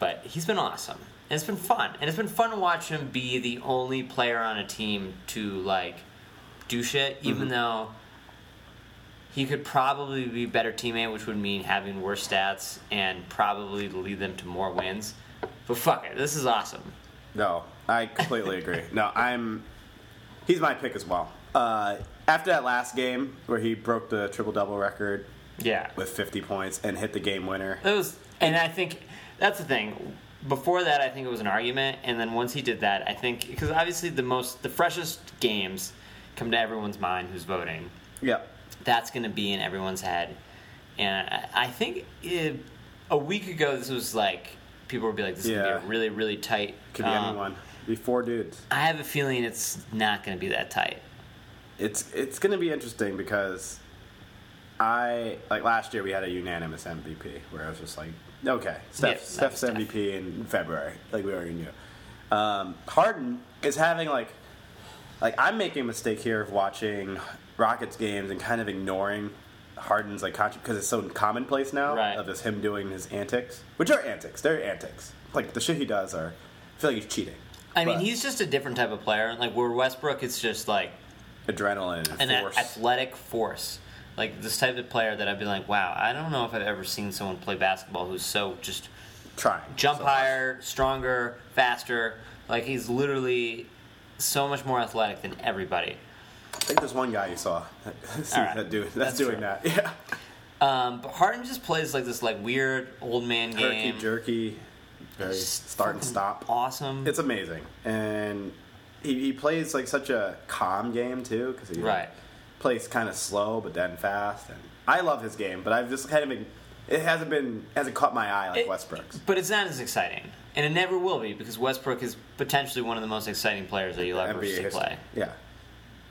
Speaker 2: But he's been awesome. And it's been fun. And it's been fun to watch him be the only player on a team to, like, do shit, even though he could probably be a better teammate, which would mean having worse stats and probably lead them to more wins. But fuck it. This is awesome.
Speaker 1: No, I completely agree. No, I'm. He's my pick as well. Uh, after that last game where he broke the triple double record
Speaker 2: Yeah.
Speaker 1: with 50 points and hit the game winner,
Speaker 2: It was, and I think that's the thing. Before that, I think it was an argument, and then once he did that, I think because obviously the most, the freshest games come to everyone's mind who's voting.
Speaker 1: yep,
Speaker 2: That's going to be in everyone's head, and I, I think it, a week ago this was like people would be like, "This is going to be
Speaker 1: Yeah.
Speaker 2: a really, really tight."
Speaker 1: could be
Speaker 2: um,
Speaker 1: anyone. Be four dudes.
Speaker 2: I have a feeling it's not going to be that tight.
Speaker 1: It's it's gonna be interesting because I like last year we had a unanimous MVP where I was just like, okay, Steph,
Speaker 2: Yeah, that
Speaker 1: Steph's
Speaker 2: was tough.
Speaker 1: MVP in February, like we already knew. Um, Harden is having like like I'm making a mistake here of watching Rockets games and kind of ignoring Harden's like because it's so commonplace now
Speaker 2: Right.
Speaker 1: of just him doing his antics, which are antics. They're antics. Like the shit he does are. I feel like he's cheating.
Speaker 2: I mean,
Speaker 1: But
Speaker 2: he's just a different type of player. Like where Westbrook, it's just like
Speaker 1: adrenaline
Speaker 2: an
Speaker 1: and
Speaker 2: a-
Speaker 1: force.
Speaker 2: athletic force. Like this type of player that I'd be like, wow, I don't know if I've ever seen someone play basketball who's so just
Speaker 1: trying
Speaker 2: jump
Speaker 1: So-
Speaker 2: higher, stronger, faster. Like he's literally so much more athletic than everybody.
Speaker 1: I think there's one guy you saw See,
Speaker 2: All right.
Speaker 1: that dude, that's,
Speaker 2: That's
Speaker 1: doing
Speaker 2: true.
Speaker 1: that. Yeah.
Speaker 2: Um, but Harden just plays like this like weird old man
Speaker 1: Turkey
Speaker 2: game.
Speaker 1: jerky, very
Speaker 2: Just
Speaker 1: start and
Speaker 2: fucking
Speaker 1: stop.
Speaker 2: Awesome.
Speaker 1: It's amazing, and he, he plays like such a calm game too because he like,
Speaker 2: Right.
Speaker 1: plays kind of slow but then fast. And I love his game, but I've just kind of been it hasn't been hasn't caught my eye like
Speaker 2: It-
Speaker 1: Westbrook's.
Speaker 2: but it's not as exciting, and it never will be because Westbrook is potentially one of the most exciting players that you'll ever
Speaker 1: NBA
Speaker 2: see
Speaker 1: history.
Speaker 2: play.
Speaker 1: Yeah.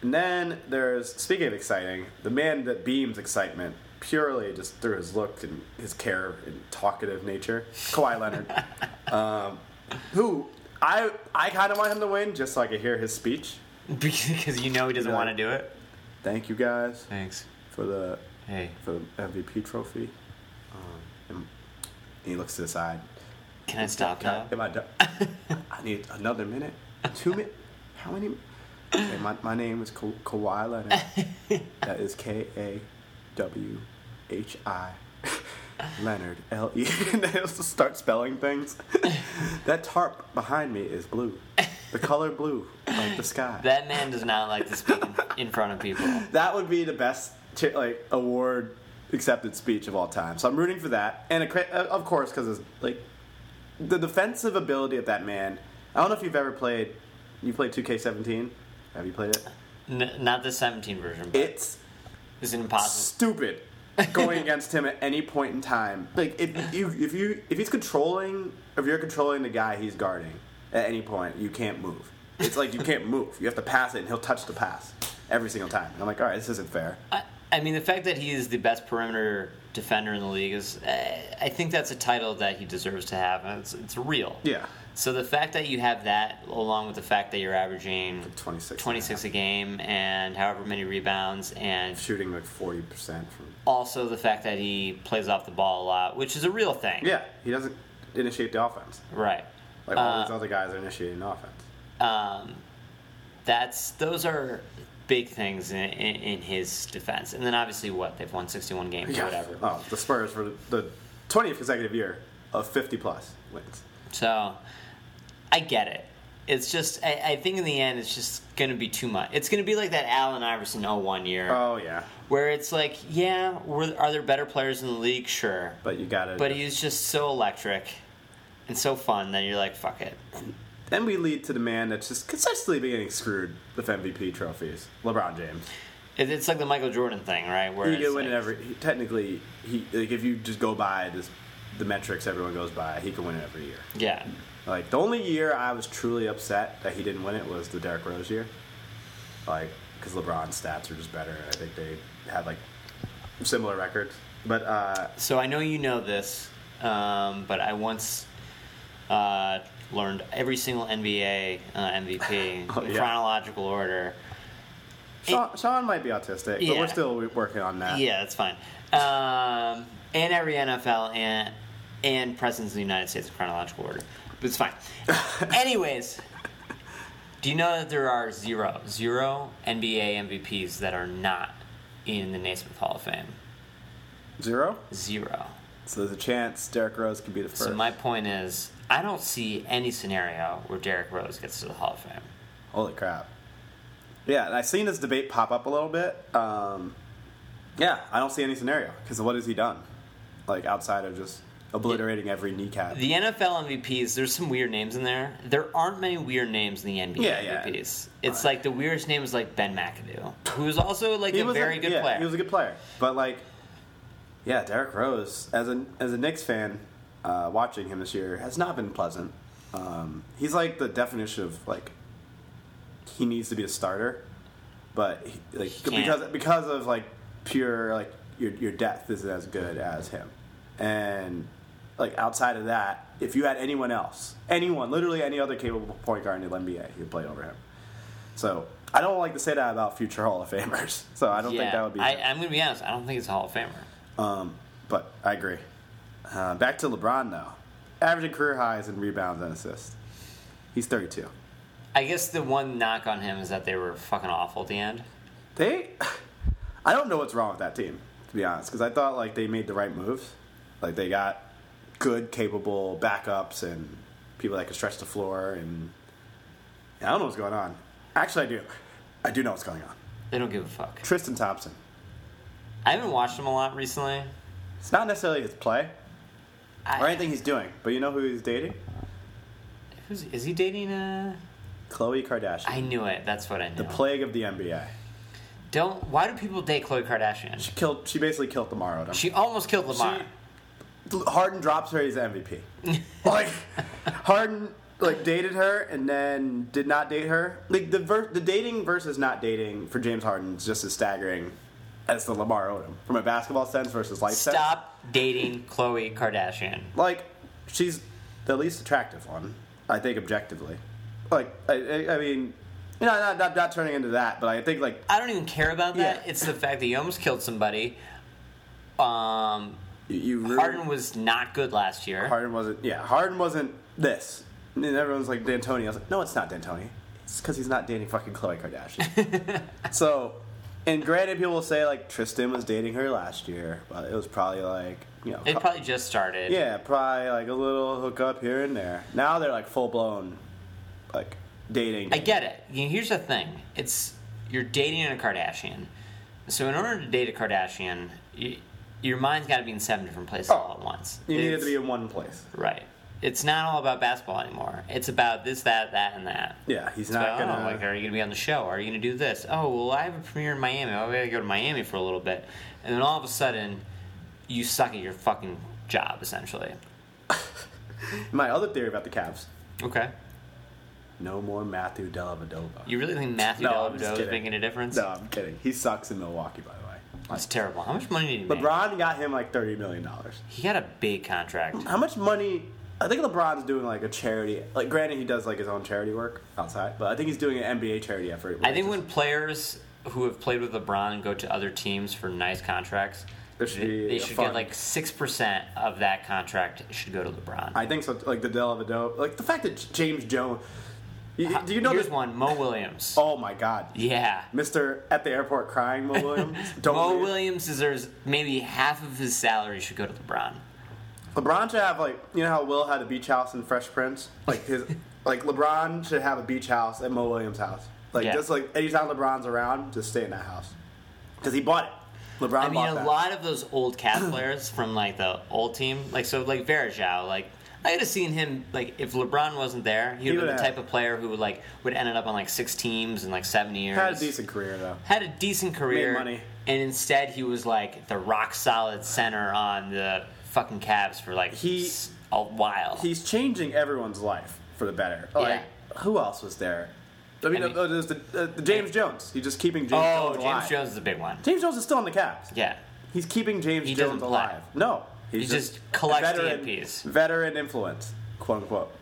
Speaker 1: And then there's speaking of exciting, the man that beams excitement purely just through his look and his care and talkative nature, Kawhi Leonard, um, who I I kind of want him to win just so I could hear his speech.
Speaker 2: because you know he doesn't
Speaker 1: Yeah.
Speaker 2: want to do it.
Speaker 1: Thank you guys
Speaker 2: Thanks.
Speaker 1: for the
Speaker 2: Hey.
Speaker 1: for the MVP trophy. Um, and he looks to the side.
Speaker 2: Can I stop now?
Speaker 1: Am I done? I need another minute. Two minutes. How many? Okay, my, my name is Ka- Kawhi Leonard. That is K A W H I Leonard L E. And they also start spelling things. that tarp behind me is blue. The color blue, like the sky.
Speaker 2: That
Speaker 1: That,
Speaker 2: man does not like to speak in, in front of people.
Speaker 1: would be the best chi- like award accepted speech of all time. So I'm rooting for that, and a, cra- uh, of course, because it's like the defensive ability of that man. I don't know if you've ever played. You played 2K17. Have you played it?
Speaker 2: N- not the 17 version, but
Speaker 1: It's
Speaker 2: it's impossible.
Speaker 1: stupid going against him at any point in time. Like if you if you if he's controlling if you're controlling the guy he's guarding at any point, you can't move. It's like you can't move. You have to pass it, and he'll touch the pass every single time. And I'm like, all right, this isn't fair.
Speaker 2: I, I mean, the fact that he is the best perimeter defender in the league is, uh, I think that's a title that he deserves to have, and it's, it's real.
Speaker 1: Yeah,
Speaker 2: So the fact that you have that, along with the fact that you're averaging
Speaker 1: 26,
Speaker 2: 26 a game and however many rebounds, and
Speaker 1: shooting like 40 percent from.
Speaker 2: also the fact that he plays off the ball a lot, which is a real thing.
Speaker 1: Yeah, he doesn't initiate the offense
Speaker 2: Right.
Speaker 1: like all these
Speaker 2: Uh,
Speaker 1: other guys are initiating the offense.
Speaker 2: um, that's those are big things in, in, in his defense. And then obviously, what they've won sixty-one games or whatever.
Speaker 1: Oh, the Spurs for the 20th consecutive year of 50 plus wins.
Speaker 2: So I get it. It's just I, I think in the end, it's just going to be too much. It's going to be like that Allen Iverson 01 year,
Speaker 1: Oh yeah,
Speaker 2: where it's like, yeah, we're, are there better players in the league? Sure,
Speaker 1: but you got to.
Speaker 2: but he's just so electric and so fun that you're like, fuck it.
Speaker 1: Then we lead to the man that's just consistently being getting screwed with MVP trophies, LeBron James.
Speaker 2: It- It's like the Michael Jordan thing, right? Where
Speaker 1: He
Speaker 2: it's
Speaker 1: could win
Speaker 2: like-
Speaker 1: it every. He, technically, he like if you just go by this, the metrics everyone goes by, he can win it every year.
Speaker 2: yeah,
Speaker 1: Like the only year I was truly upset that he didn't win it was the Derrick Rose year, like because LeBron's stats are just better. I think they had like similar records. But uh,
Speaker 2: So I know you know this, um, but I once uh, learned every single NBA uh, MVP
Speaker 1: Oh,
Speaker 2: in
Speaker 1: yeah.
Speaker 2: chronological order.
Speaker 1: Sean, Sean might be autistic, but
Speaker 2: Yeah.
Speaker 1: we're still working on that.
Speaker 2: Yeah, that's fine. Um, and every NFL and and presidents of the United States in chronological order. But it's fine. Anyways, do you know that there are zero zero NBA MVPs that are not in the Naismith Hall of Fame?
Speaker 1: Zero?
Speaker 2: Zero.
Speaker 1: So there's a chance Derek Rose could be the first.
Speaker 2: So my point is, I don't see any scenario where Derrick Rose gets to the Hall of Fame.
Speaker 1: Holy crap. Yeah, and I've seen this debate pop up a little bit. Um, yeah, I don't see any scenario because what has he done? Like outside of just obliterating every kneecap.
Speaker 2: The NFL MVPs, there's some weird names in there. There aren't many weird names in the NBA
Speaker 1: Yeah, yeah.
Speaker 2: MVPs. It's like the weirdest name is like Ben McAdoo, who's also like a very good
Speaker 1: yeah,
Speaker 2: player.
Speaker 1: He was a good player, but like, yeah, Derek Rose as a as a Knicks fan, uh, watching him this year has not been pleasant. Um, he's like the definition of like he needs to be a starter, but he, like
Speaker 2: can't.
Speaker 1: because because of like pure like your your depth isn't as good as him, and like outside of that, if you had anyone else, anyone, literally any other capable point guard in the NBA, you'd play over him. So I don't like to say that about future Hall of Famers. So I don't
Speaker 2: yeah,
Speaker 1: think that would be.
Speaker 2: I, I'm gonna be honest. I don't think it's a Hall of Famer.
Speaker 1: um, but I agree. Uh, back to LeBron though, averaging career highs in rebounds and assists. He's 32.
Speaker 2: I guess the one knock on him is that they were fucking awful at the end.
Speaker 1: They, I don't know what's wrong with that team to be honest, because I thought like they made the right moves, like they got good, capable backups and people that could stretch the floor, and I don't know what's going on. Actually, I do. I do know what's going on.
Speaker 2: They don't give a fuck.
Speaker 1: Tristan Thompson.
Speaker 2: I haven't watched him a lot recently.
Speaker 1: It's not necessarily his play, or
Speaker 2: I,
Speaker 1: anything he's doing. But you know who he's dating?
Speaker 2: who's, is he dating? Uh,
Speaker 1: Khloe Kardashian.
Speaker 2: I knew it. That's what I knew.
Speaker 1: the plague of the NBA.
Speaker 2: don't. Why do people date Khloe Kardashian?
Speaker 1: She killed. She basically killed Lamar Odom.
Speaker 2: She almost killed Lamar.
Speaker 1: She- Harden drops her. He's the MVP. like Harden like dated her and then did not date her. Like the ver- the dating versus not dating for James Harden is just as staggering as the Lamar Odom from a basketball sense versus life sense.
Speaker 2: Stop dating Khloe Kardashian.
Speaker 1: like she's the least attractive one, I think objectively. Like I, I, I mean, you know, not, not not turning into that, but I think like
Speaker 2: I don't even care about that.
Speaker 1: Yeah.
Speaker 2: It's the fact that you almost killed somebody. Um,
Speaker 1: you, you ruined-
Speaker 2: Harden was not good last year.
Speaker 1: Harden wasn't. Yeah, Harden wasn't this. And then everyone's like D'Antoni. I was like, no, it's not D'Antoni. It's because he's not dating fucking Khloe Kardashian. so, and granted, people will say like Tristan was dating her last year, but it was probably like you know,
Speaker 2: It
Speaker 1: cou-
Speaker 2: probably just started.
Speaker 1: yeah, probably like a little hookup here and there. Now they're like full blown, like dating.
Speaker 2: I get it. You know, here's the thing: it's you're dating a Kardashian. So in order to date a Kardashian, you, your mind's got to be in seven different places all at once.
Speaker 1: Oh. you need it
Speaker 2: It's-
Speaker 1: to be in one place.
Speaker 2: right. It's not all about basketball anymore. It's about this, that, that, and that.
Speaker 1: Yeah, he's
Speaker 2: It's about,
Speaker 1: not gonna.
Speaker 2: oh, like, are you gonna be on the show? Are you gonna do this? Oh, well, I have a premiere in Miami. Oh, we gotta go to Miami for a little bit, and then all of a sudden, you suck at your fucking job, essentially.
Speaker 1: my other theory about the Cavs:
Speaker 2: Okay.
Speaker 1: no more Matthew Dellavedova.
Speaker 2: You really think Matthew
Speaker 1: No, I'm just
Speaker 2: Dellavedova is
Speaker 1: kidding.
Speaker 2: making a difference?
Speaker 1: No, I'm kidding. He sucks in Milwaukee, by the way.
Speaker 2: That's terrible. How much money did he make?
Speaker 1: LeBron got him like thirty million dollars.
Speaker 2: He got a big contract.
Speaker 1: How much money? I think LeBron's doing like a charity. Like, granted, he does like his own charity work outside, but I think he's doing an NBA charity effort.
Speaker 2: I think when players who have played with LeBron go to other teams for nice contracts,
Speaker 1: There should be
Speaker 2: they
Speaker 1: a
Speaker 2: should
Speaker 1: fund.
Speaker 2: get like six percent of that contract should go to LeBron.
Speaker 1: I think so. Like the Della Vado, like the fact that James Jones. You, you- do you know
Speaker 2: Here's
Speaker 1: this?
Speaker 2: one, Mo Williams.
Speaker 1: Oh my God,
Speaker 2: Yeah.
Speaker 1: Mister at the airport crying, Mo Williams. Don't
Speaker 2: Mo
Speaker 1: leave.
Speaker 2: Williams deserves maybe half of his salary should go to LeBron.
Speaker 1: LeBron should have like you know how Will had a beach house in Fresh Prince. Like his, like LeBron should have a beach house at Mo Williams' house. Like
Speaker 2: Yeah.
Speaker 1: just like anytime LeBron's around, just stay in that house because he bought it. LeBron
Speaker 2: I mean,
Speaker 1: bought
Speaker 2: a
Speaker 1: that.
Speaker 2: lot of those old Cavs players from like the old team, like so, like Verajao, like I could have seen him like if LeBron wasn't there, he would have been
Speaker 1: would've
Speaker 2: the
Speaker 1: had-
Speaker 2: type of player who would like would ended up on like six teams in like seven years.
Speaker 1: Had a decent career though.
Speaker 2: had a decent career,
Speaker 1: Made money.
Speaker 2: and instead he was like the rock solid center on the fucking Cavs for like
Speaker 1: He-
Speaker 2: s- a while.
Speaker 1: He's changing everyone's life for the better. Like who else was there? I mean,
Speaker 2: I mean-
Speaker 1: uh, there's the, uh, the James Jones. He's just keeping James
Speaker 2: oh,
Speaker 1: Jones
Speaker 2: James
Speaker 1: alive.
Speaker 2: Jones is a big one.
Speaker 1: James Jones is still on the Cavs.
Speaker 2: Yeah,
Speaker 1: He's keeping James
Speaker 2: He
Speaker 1: Jones
Speaker 2: doesn't play.
Speaker 1: alive. No,
Speaker 2: He just collects DNPs.
Speaker 1: Veteran influence, quote unquote,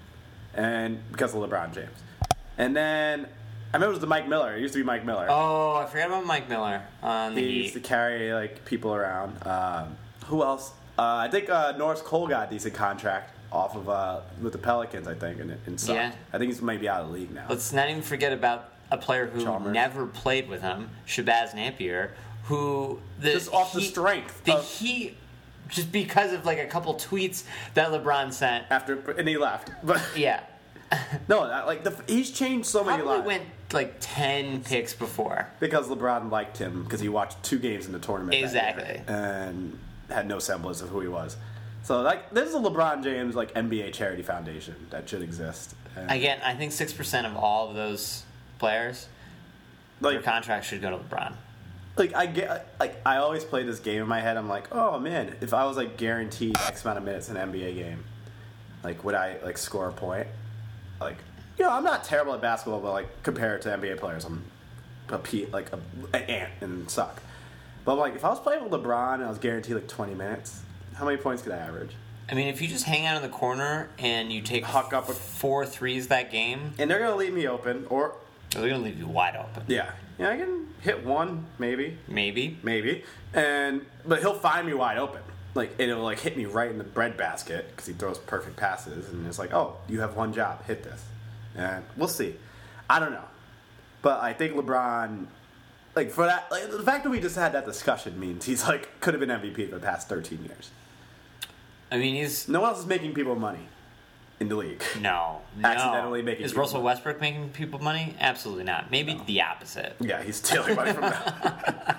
Speaker 1: and because of LeBron James. And then I remember it was the Mike Miller. It used to be Mike Miller.
Speaker 2: Oh, I forgot about Mike Miller on the
Speaker 1: He used to
Speaker 2: Heat.
Speaker 1: carry like people around. Um, who else? Uh, I think uh, Norris Cole got a decent contract off of uh, with the Pelicans. I think and, and sucked.
Speaker 2: Yeah.
Speaker 1: I think he's maybe out of the league now.
Speaker 2: Let's not even forget about a player who
Speaker 1: Chalmers.
Speaker 2: never played with him, Shabazz Napier, who the
Speaker 1: Just off the
Speaker 2: Heat-
Speaker 1: strength
Speaker 2: The
Speaker 1: of-
Speaker 2: Heat, just because of like a couple tweets that LeBron sent.
Speaker 1: After and he left, but
Speaker 2: Yeah,
Speaker 1: no, not- like the, he's changed so many
Speaker 2: probably
Speaker 1: lives
Speaker 2: went like ten picks before.
Speaker 1: because LeBron liked him because he watched two games in the tournament that
Speaker 2: Exactly.
Speaker 1: year and had no semblance of who he was. So like this is a LeBron James like NBA charity foundation that should exist. And,
Speaker 2: Again, I think six percent of all of those players, their
Speaker 1: like
Speaker 2: contracts should go to LeBron.
Speaker 1: like I get like I always play this game in my head. I'm like, oh man, if I was like guaranteed X amount of minutes in an NBA game, like would I like score a point? Like, you know, I'm not terrible at basketball, but like compared to NBA players, I'm a pe- like a, an ant and suck. But like, if I was playing with LeBron and I was guaranteed like 20 minutes, how many points could I average?
Speaker 2: I mean, if you just hang out in the corner and you take
Speaker 1: Huck up a-
Speaker 2: four threes that game,
Speaker 1: And they're gonna leave me open, or
Speaker 2: they're gonna leave you wide open.
Speaker 1: yeah, yeah, I can hit one maybe.
Speaker 2: Maybe.
Speaker 1: maybe. And but he'll find me wide open. Like and it'll like hit me right in the breadbasket because he throws perfect passes, and it's like, oh, you have one job, hit this, and we'll see. I don't know, but I think LeBron, like for that, like, the fact that we just had that discussion means he's like could have been MVP for the past thirteen years.
Speaker 2: I mean, he's
Speaker 1: No one else is making people money in the league.
Speaker 2: no, no.
Speaker 1: Accidentally making
Speaker 2: is
Speaker 1: people
Speaker 2: Russell
Speaker 1: money.
Speaker 2: Westbrook making people money? Absolutely not. Maybe the opposite.
Speaker 1: Yeah, he's stealing money from them.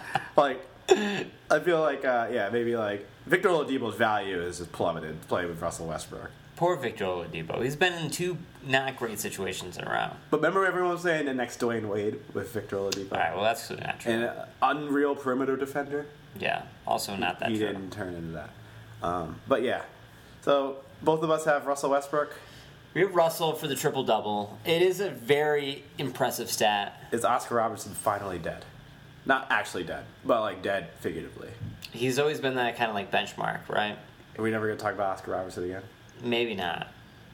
Speaker 1: like, I feel like, uh, yeah, maybe like Victor Oladipo's value is just plummeted playing with Russell Westbrook.
Speaker 2: Poor Victor Oladipo. He's been in two not great situations in a row.
Speaker 1: But remember, everyone was saying the next Dwayne Wade with Victor Oladipo
Speaker 2: All right, well that's not true.
Speaker 1: and an unreal perimeter defender.
Speaker 2: yeah, also not that
Speaker 1: he
Speaker 2: true.
Speaker 1: didn't turn into that. Um, but yeah, so both of us have Russell Westbrook.
Speaker 2: We have Russell for the triple double. It is a very impressive stat.
Speaker 1: Is Oscar Robertson finally dead? Not actually dead, but like dead figuratively.
Speaker 2: He's always been that kind of like benchmark, right?
Speaker 1: Are we never gonna talk about Oscar Robertson again?
Speaker 2: Maybe not.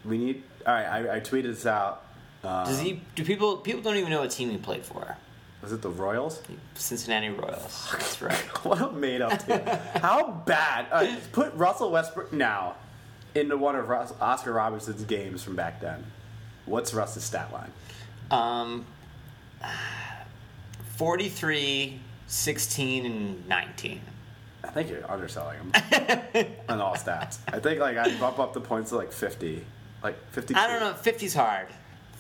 Speaker 1: We need. All right, I, I tweeted this out.
Speaker 2: Does he? Do people? People don't even know what team he played for.
Speaker 1: Was it the Royals?
Speaker 2: Cincinnati Royals. That's right.
Speaker 1: What a made up team. How bad? Uh, put Russell Westbrook now into one of Rus- Oscar Robertson's games from back then. What's Russ's stat line?
Speaker 2: Um, 43, 16, and 19.
Speaker 1: I think you're underselling him on all stats. I think like I bump up the points to like 50, like 50.
Speaker 2: I don't know. 50's hard.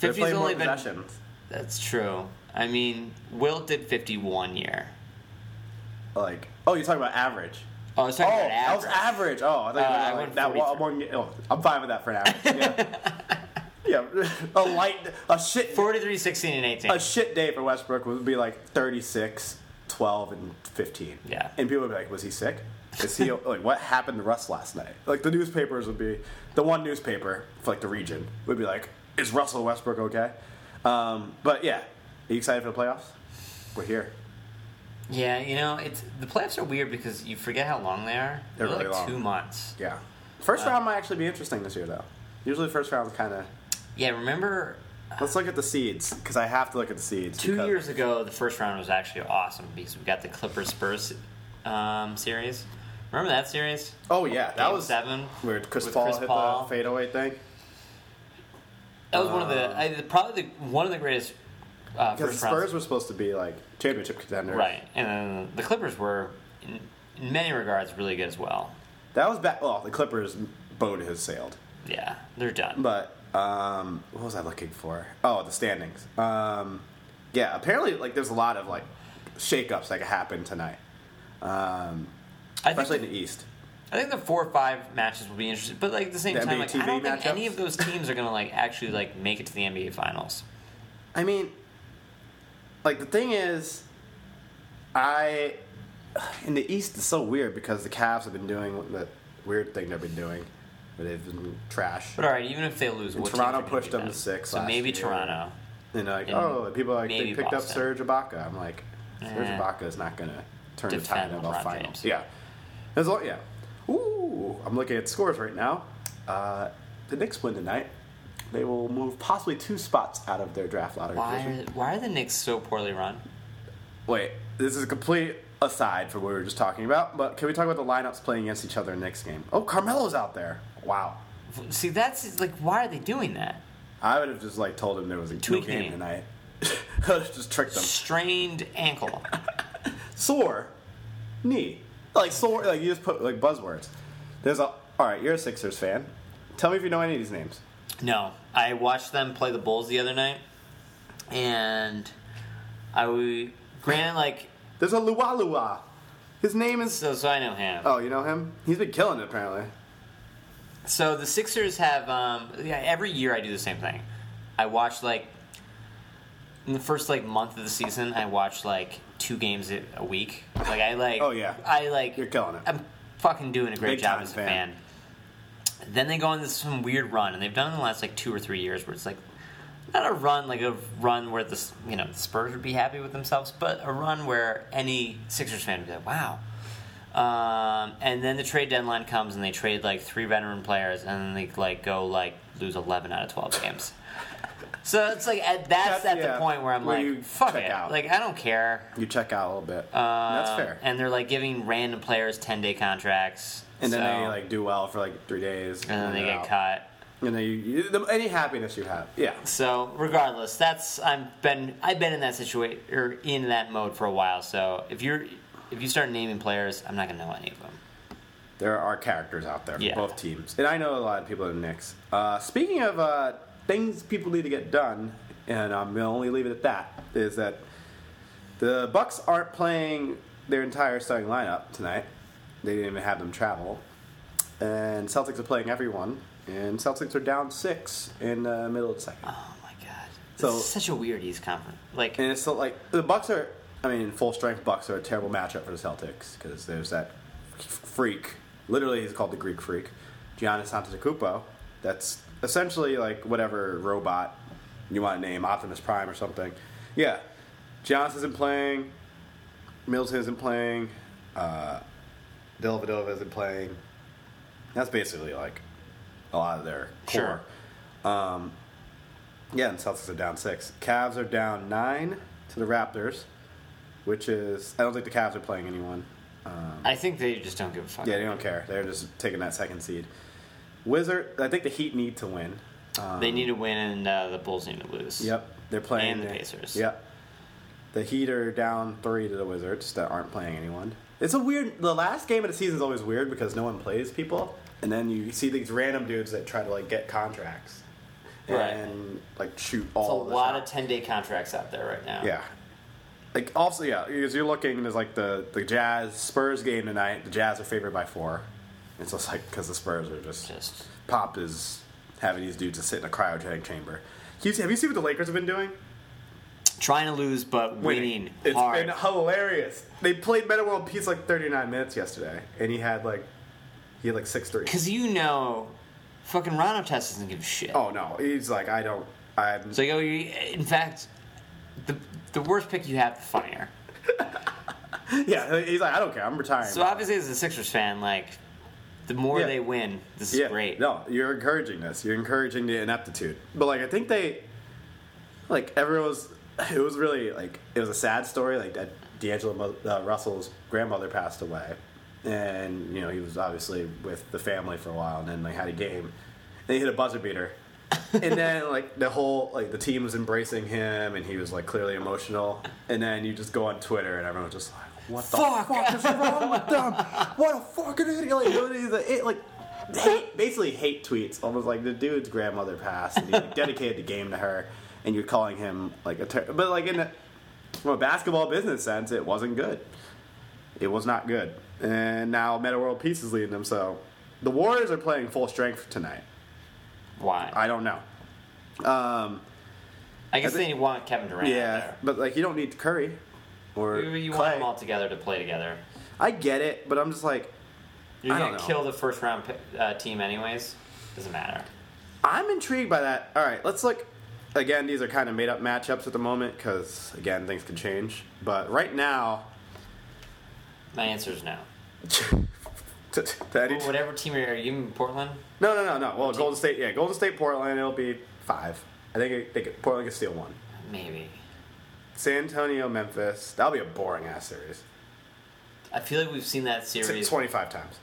Speaker 1: They're
Speaker 2: 50's
Speaker 1: playing more
Speaker 2: only been.
Speaker 1: possessions.
Speaker 2: That's true. I mean, Wilt did 51 year.
Speaker 1: Like, oh, you're talking about average.
Speaker 2: Oh, I was
Speaker 1: Oh,
Speaker 2: talking about
Speaker 1: that was
Speaker 2: average.
Speaker 1: average. Oh, I thought you
Speaker 2: Uh, I
Speaker 1: were
Speaker 2: went
Speaker 1: like, that one,
Speaker 2: 43.
Speaker 1: one. Oh, I'm fine with that for an average. Yeah, yeah. a light, a shit
Speaker 2: 43, 16, and 18.
Speaker 1: a shit day for Westbrook would be like 36, 12, and 15.
Speaker 2: Yeah.
Speaker 1: And people would be like, was he sick? Is he, like, what happened to Russ last night? Like, the newspapers would be, the one newspaper for, like, the region would be like, is Russell Westbrook okay? Um, but yeah, are you excited for the playoffs? We're here.
Speaker 2: yeah, you know, it's the playoffs are weird because you forget how long they are.
Speaker 1: They're
Speaker 2: like
Speaker 1: really long.
Speaker 2: two months.
Speaker 1: Yeah. First
Speaker 2: Uh,
Speaker 1: round might actually be interesting this year, though. Usually, the first round's kind of.
Speaker 2: Yeah, remember
Speaker 1: Let's look at the seeds, because I have to look at the seeds.
Speaker 2: two
Speaker 1: because-
Speaker 2: years ago, the first round was actually awesome because we got the Clippers Spurs um, series. Remember that series?
Speaker 1: Oh, yeah. That
Speaker 2: Game
Speaker 1: was
Speaker 2: seven
Speaker 1: Where Chris
Speaker 2: with
Speaker 1: Paul
Speaker 2: Chris
Speaker 1: hit
Speaker 2: Paul.
Speaker 1: the fadeaway thing.
Speaker 2: That was one of the I, probably the, one of the greatest uh,
Speaker 1: Because
Speaker 2: first
Speaker 1: Uh, the Spurs
Speaker 2: rounds,
Speaker 1: were supposed to be like championship contenders.
Speaker 2: right? And then the Clippers were, in, in many regards, really good as well.
Speaker 1: That was back. Well, the Clippers boat has sailed.
Speaker 2: Yeah, they're done.
Speaker 1: But um, what was I looking for? Oh, the standings. Um, yeah, apparently, like there's a lot of like shakeups that could happen tonight, um,
Speaker 2: I
Speaker 1: especially
Speaker 2: think
Speaker 1: in the East.
Speaker 2: I think the four or five matches will be interesting, but like at the same
Speaker 1: The
Speaker 2: time,
Speaker 1: NBA
Speaker 2: like, I don't
Speaker 1: TV
Speaker 2: think any
Speaker 1: matchups?
Speaker 2: of those teams are gonna like actually like make it to the NBA finals.
Speaker 1: I mean, like the thing is, I in the East it's so weird because the Cavs have been doing the weird thing they've been doing, where they've been trash.
Speaker 2: But all right, even if they lose, what teams
Speaker 1: Toronto
Speaker 2: are gonna
Speaker 1: pushed
Speaker 2: beat
Speaker 1: them to six
Speaker 2: So
Speaker 1: last
Speaker 2: maybe
Speaker 1: year.
Speaker 2: Toronto.
Speaker 1: And they're like,
Speaker 2: And
Speaker 1: oh, and people are like they
Speaker 2: maybe
Speaker 1: picked up
Speaker 2: Boston.
Speaker 1: Serge Ibaka. I'm like, Serge
Speaker 2: Eh.
Speaker 1: Ibaka is not gonna turn the
Speaker 2: Defend
Speaker 1: tide of a
Speaker 2: LeBron
Speaker 1: finals.
Speaker 2: James.
Speaker 1: Yeah, As long, yeah. Ooh, I'm looking at scores right now. Uh, the Knicks win tonight. They will move possibly two spots out of their draft lottery
Speaker 2: Why
Speaker 1: position.
Speaker 2: are, why are the Knicks so poorly run?
Speaker 1: Wait, this is a complete aside from what we were just talking about, but can we talk about the lineups playing against each other next game? Oh, Carmelo's out there. Wow.
Speaker 2: See, that's like, why are they doing that?
Speaker 1: I would have just like told him there was a no
Speaker 2: Tweak
Speaker 1: game
Speaker 2: me.
Speaker 1: tonight. I would have just tricked him.
Speaker 2: Strained ankle.
Speaker 1: Sore knee. Like sore like you just put like buzzwords. There's a alright, you're a Sixers fan. Tell me if you know any of these names.
Speaker 2: No, I watched them play the Bulls the other night, and I would granted like
Speaker 1: There's a Lualua. His name is
Speaker 2: so so I know him.
Speaker 1: Oh, you know him? He's been killing it apparently.
Speaker 2: So the Sixers have um, yeah, every year I do the same thing. I watch like in the first like month of the season, I watch like two games a a week. Like I like
Speaker 1: Oh, yeah.
Speaker 2: I like
Speaker 1: You're killing it.
Speaker 2: I'm fucking doing a great
Speaker 1: Big
Speaker 2: job
Speaker 1: time
Speaker 2: as a
Speaker 1: fan.
Speaker 2: fan. Then they go on this some weird run, and they've done it in the last like two or three years where it's like not a run like a run where the S- you know the Spurs would be happy with themselves, but a run where any Sixers fan would be like, wow. Um, and then the trade deadline comes, and they trade like three veteran players, and then they like go like lose eleven out of twelve games. so it's like at, that's,
Speaker 1: That's-
Speaker 2: at
Speaker 1: yeah,
Speaker 2: the point where I'm
Speaker 1: where you
Speaker 2: like, fuck
Speaker 1: check
Speaker 2: it,
Speaker 1: out.
Speaker 2: like I don't care.
Speaker 1: You check out a little bit. That's
Speaker 2: Um,
Speaker 1: fair. And,
Speaker 2: And they're like giving random players ten day contracts,
Speaker 1: then
Speaker 2: so-
Speaker 1: they like do well for like three days,
Speaker 2: and then they
Speaker 1: they're
Speaker 2: get
Speaker 1: out.
Speaker 2: caught.
Speaker 1: And then you, you the, any happiness you have, yeah.
Speaker 2: So regardless, that's I've been I've been in that situation or in that mode for a while. So if you're if you start naming players, I'm not gonna know any of them.
Speaker 1: There are characters out there for
Speaker 2: Yeah.
Speaker 1: both teams, and I know a lot of people in the Knicks. Uh, speaking of uh, things people need to get done, and I'm gonna only leave it at that, is that the Bucks aren't playing their entire starting lineup tonight. They didn't even have them travel, and Celtics are playing everyone, and Celtics are down six in the middle of the second.
Speaker 2: Oh my god,
Speaker 1: So-
Speaker 2: so such a weird East Conference. Like
Speaker 1: And it's still like the Bucks are. I mean, full strength Bucks are a terrible matchup for the Celtics because there's that f- freak. Literally, he's called the Greek Freak, Giannis Antetokounmpo. That's essentially like whatever robot you want to name, Optimus Prime or something. Yeah, Giannis isn't playing. Middleton isn't playing. Uh, Dellavedova isn't playing. That's basically like a lot of their core.
Speaker 2: Sure.
Speaker 1: Um, yeah, and Celtics are down six. Cavs are down nine to the Raptors, which is I don't think the Cavs are playing anyone. Um,
Speaker 2: I think they just don't give a fuck.
Speaker 1: yeah, they don't care. They're just taking that second seed. Wizard, I think the Heat need to win. Um,
Speaker 2: They need to win, and uh, the Bulls need to lose.
Speaker 1: Yep, they're playing
Speaker 2: And the Pacers.
Speaker 1: Yep, the Heat are down three to the Wizards that aren't playing anyone. It's a weird. The last game of the season is always weird because no one plays people, and then you see these random dudes that try to like get contracts
Speaker 2: Right.
Speaker 1: and like shoot
Speaker 2: It's a
Speaker 1: all. the
Speaker 2: lot
Speaker 1: shots.
Speaker 2: of ten day contracts out there right now.
Speaker 1: Yeah. Like also, yeah, because you're looking there's like the the Jazz Spurs game tonight. The Jazz are favored by four. It's just like because the Spurs are just,
Speaker 2: Just
Speaker 1: Pop is having these dudes just sit in a cryogenic chamber. You see- Have you seen what the Lakers have been doing?
Speaker 2: trying to lose, but winning,
Speaker 1: It's
Speaker 2: hard.
Speaker 1: been hilarious. They played Meta World Peace like 39 minutes yesterday, and he had like he had like six three.
Speaker 2: Cause you know, fucking Ronald Test doesn't give a shit.
Speaker 1: Oh no, he's like I don't. I'm
Speaker 2: It's like, oh, you, in fact, the the worse pick you have, the funnier.
Speaker 1: yeah. He's like I don't care. I'm retiring.
Speaker 2: So obviously, as a Sixers fan, like the more
Speaker 1: Yeah.
Speaker 2: they win, this is
Speaker 1: Yeah.
Speaker 2: great.
Speaker 1: No, you're encouraging this. You're encouraging the ineptitude. But like I think they like everyone was it was really like it was a sad story like that D'Angelo Mo- uh, Russell's grandmother passed away and you know he was obviously with the family for a while and then they had a game and he hit a buzzer beater and then like the whole like the team was embracing him and he was like clearly emotional and then you just go on Twitter and everyone's just like what the
Speaker 2: Fuck.
Speaker 1: fuck is wrong with them what a fucking idiot like nobody's a, it, like hate, basically hate tweets almost like the dude's grandmother passed and he like, dedicated the game to her and you're calling him like a ter- but like in the, from a basketball business sense it wasn't good it was not good and now meta world peace is leading them so the warriors are playing full strength tonight
Speaker 2: Why? I,
Speaker 1: i don't know um
Speaker 2: guess they want Kevin Durant. out
Speaker 1: yeah
Speaker 2: there.
Speaker 1: but like you don't need curry or
Speaker 2: You, you want
Speaker 1: Clay.
Speaker 2: them all together to play together.
Speaker 1: i get it but i'm just like
Speaker 2: You're
Speaker 1: I don't
Speaker 2: gonna
Speaker 1: know.
Speaker 2: kill the first round pick, uh, team anyways. Doesn't matter.
Speaker 1: I'm intrigued by that. All right, let's look. Again, these are kind of made up matchups at the moment because, again, things can change. But right now,
Speaker 2: My answer is no.
Speaker 1: to, to any.
Speaker 2: Well, whatever team you're, are you in Portland?
Speaker 1: No, no, no, no. Well, Golden State, yeah, Golden State, Portland, it'll be five. I think it, they could, Portland can steal one.
Speaker 2: Maybe.
Speaker 1: San Antonio, Memphis. That'll be a boring ass series.
Speaker 2: I feel like we've seen that series.
Speaker 1: Twenty five times.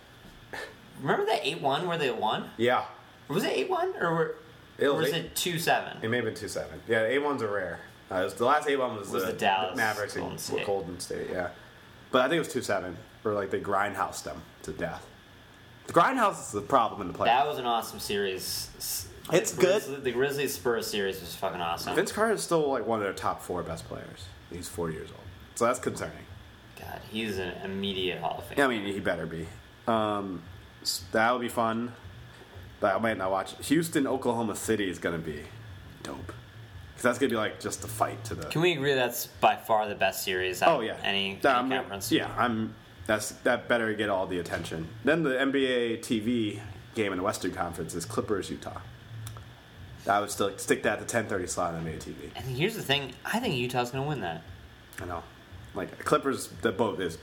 Speaker 2: Remember that eight one where they won?
Speaker 1: Yeah,
Speaker 2: Was it eight one or were,
Speaker 1: It
Speaker 2: or
Speaker 1: was
Speaker 2: was
Speaker 1: eight-
Speaker 2: it two seven?
Speaker 1: it may have been two seven. Yeah, A ones are rare. Uh, it was- the last A one was,
Speaker 2: Was the Dallas
Speaker 1: Mavericks
Speaker 2: Golden
Speaker 1: and
Speaker 2: State.
Speaker 1: Golden State. Yeah, but I think it was two seven where like they grindhouse them to death. The grindhouse is the problem in the playoffs.
Speaker 2: That was an awesome series. S- the
Speaker 1: It's good.
Speaker 2: Grizzly- The Grizzlies Spurs series was fucking awesome.
Speaker 1: Vince Carter is still like one of their top four best players. He's four years old, so that's concerning.
Speaker 2: God, he's an immediate Hall of Fame.
Speaker 1: Yeah, I mean, he better be. Um, s- that would be fun, but I might not watch. Houston, Oklahoma City is gonna be dope because that's gonna be like just the fight to the.
Speaker 2: Can we agree that's by far the best series? out
Speaker 1: oh
Speaker 2: of
Speaker 1: yeah,
Speaker 2: Any, any
Speaker 1: Nah, I'm-
Speaker 2: conference?
Speaker 1: Yeah, I'm. That's that better get all the attention. Then the NBA TV game in the Western Conference is Clippers Utah. I would still stick that at the 10:30 slot on NBA TV.
Speaker 2: And here's the thing. I think Utah's gonna win that.
Speaker 1: I know, like Clippers, the boat is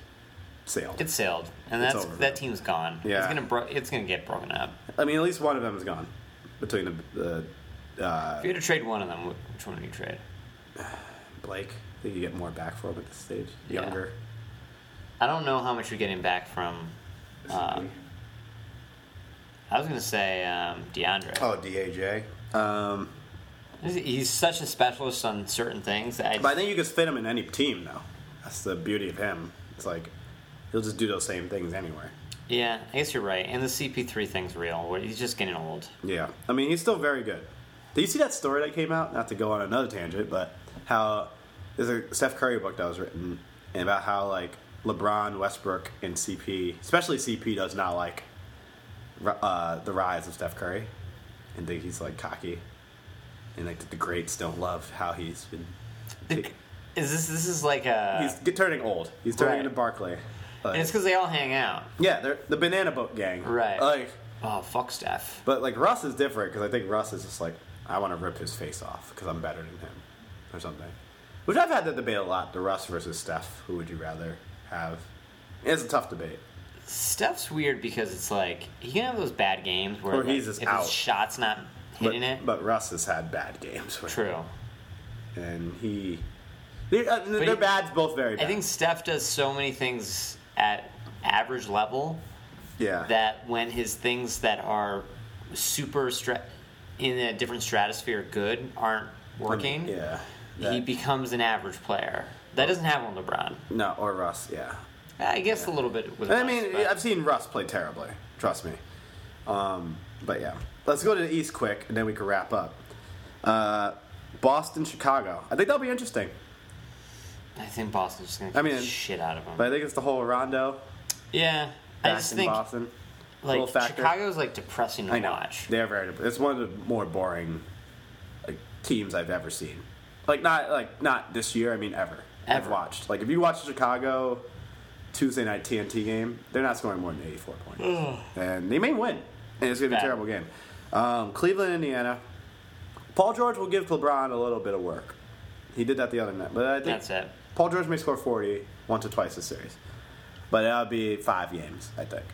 Speaker 1: sailed.
Speaker 2: It's sailed, and
Speaker 1: It's
Speaker 2: that's
Speaker 1: over.
Speaker 2: that team's gone.
Speaker 1: Yeah.
Speaker 2: It's gonna bro- it's gonna get broken up.
Speaker 1: I mean, at least one of them is gone between the, the uh,
Speaker 2: If you had to trade one of them, wh- which one would you trade?
Speaker 1: Blake. I think you get more back for him at this stage.
Speaker 2: Yeah.
Speaker 1: Younger.
Speaker 2: I don't know how much you're getting back from. Uh, I was gonna say um, DeAndre.
Speaker 1: oh, DAJ. Um,
Speaker 2: He's- He's such a specialist on certain things. that I
Speaker 1: but I think you could fit him in any team, though. That's the beauty of him. It's like he'll just do those same things anywhere.
Speaker 2: yeah, I guess you're right. And the CP3 thing's real. Where he's just getting old.
Speaker 1: Yeah. I mean, he's still very good. Did you see that story that came out? Not to go on another tangent, but how there's a Steph Curry book that was written and about how like LeBron, Westbrook, and CP, especially CP, does not like uh, the rise of Steph Curry and think he's like cocky and like that the greats don't love how he's been.
Speaker 2: Is this this is like a?
Speaker 1: He's get- turning old. He's turning
Speaker 2: Right.
Speaker 1: into Barkley. Like,
Speaker 2: and it's because they all hang out.
Speaker 1: yeah, they're the banana boat gang.
Speaker 2: Right.
Speaker 1: Like
Speaker 2: Oh fuck, Steph.
Speaker 1: But like Russ is different because I think Russ is just like I want to rip his face off because I'm better than him or something. Which I've had that debate a lot: the Russ versus Steph. Who would you rather have? And it's a tough debate.
Speaker 2: Steph's weird because it's like he can have those bad games where
Speaker 1: Or
Speaker 2: like,
Speaker 1: he's just
Speaker 2: if
Speaker 1: out.
Speaker 2: his shot's not
Speaker 1: But,
Speaker 2: hitting it.
Speaker 1: but Russ has had bad games. where-
Speaker 2: True.
Speaker 1: And he, they're, uh, they're
Speaker 2: he-
Speaker 1: bad's both very bad.
Speaker 2: I think Steph does so many things at average level
Speaker 1: yeah.
Speaker 2: that when his things that are super stra- in a different stratosphere good aren't working,
Speaker 1: Yeah.
Speaker 2: he
Speaker 1: That-
Speaker 2: becomes an average player. That doesn't happen with LeBron.
Speaker 1: no, or Russ. Yeah.
Speaker 2: I guess a little bit with.
Speaker 1: I
Speaker 2: Russ,
Speaker 1: mean,
Speaker 2: but-
Speaker 1: I've seen Russ play terribly. Trust me. Um, but yeah, let's go to the East quick, and then we can wrap up. Uh, Boston, Chicago. I think that'll be interesting.
Speaker 2: I think Boston's just gonna
Speaker 1: I
Speaker 2: get
Speaker 1: mean,
Speaker 2: the shit out of him.
Speaker 1: But I think it's the whole Rondo
Speaker 2: yeah, I
Speaker 1: back
Speaker 2: just
Speaker 1: in
Speaker 2: think
Speaker 1: Boston.
Speaker 2: like
Speaker 1: little factor.
Speaker 2: Chicago's like depressing to
Speaker 1: I know
Speaker 2: watch.
Speaker 1: they're very. It's one of the more boring like, teams I've ever seen. Like not like not this year. I mean ever. I've
Speaker 2: Ever.
Speaker 1: watched. Like if you watch the Chicago Tuesday night TNT game, they're not scoring more than eighty four points, and they may win. And it's gonna be a
Speaker 2: Bad.
Speaker 1: terrible game. Um, Cleveland, Indiana. Paul George will give LeBron a little bit of work. He did that the other night, but I think
Speaker 2: That's it.
Speaker 1: Paul George may score forty once or twice this series, but that'll be five games, I think.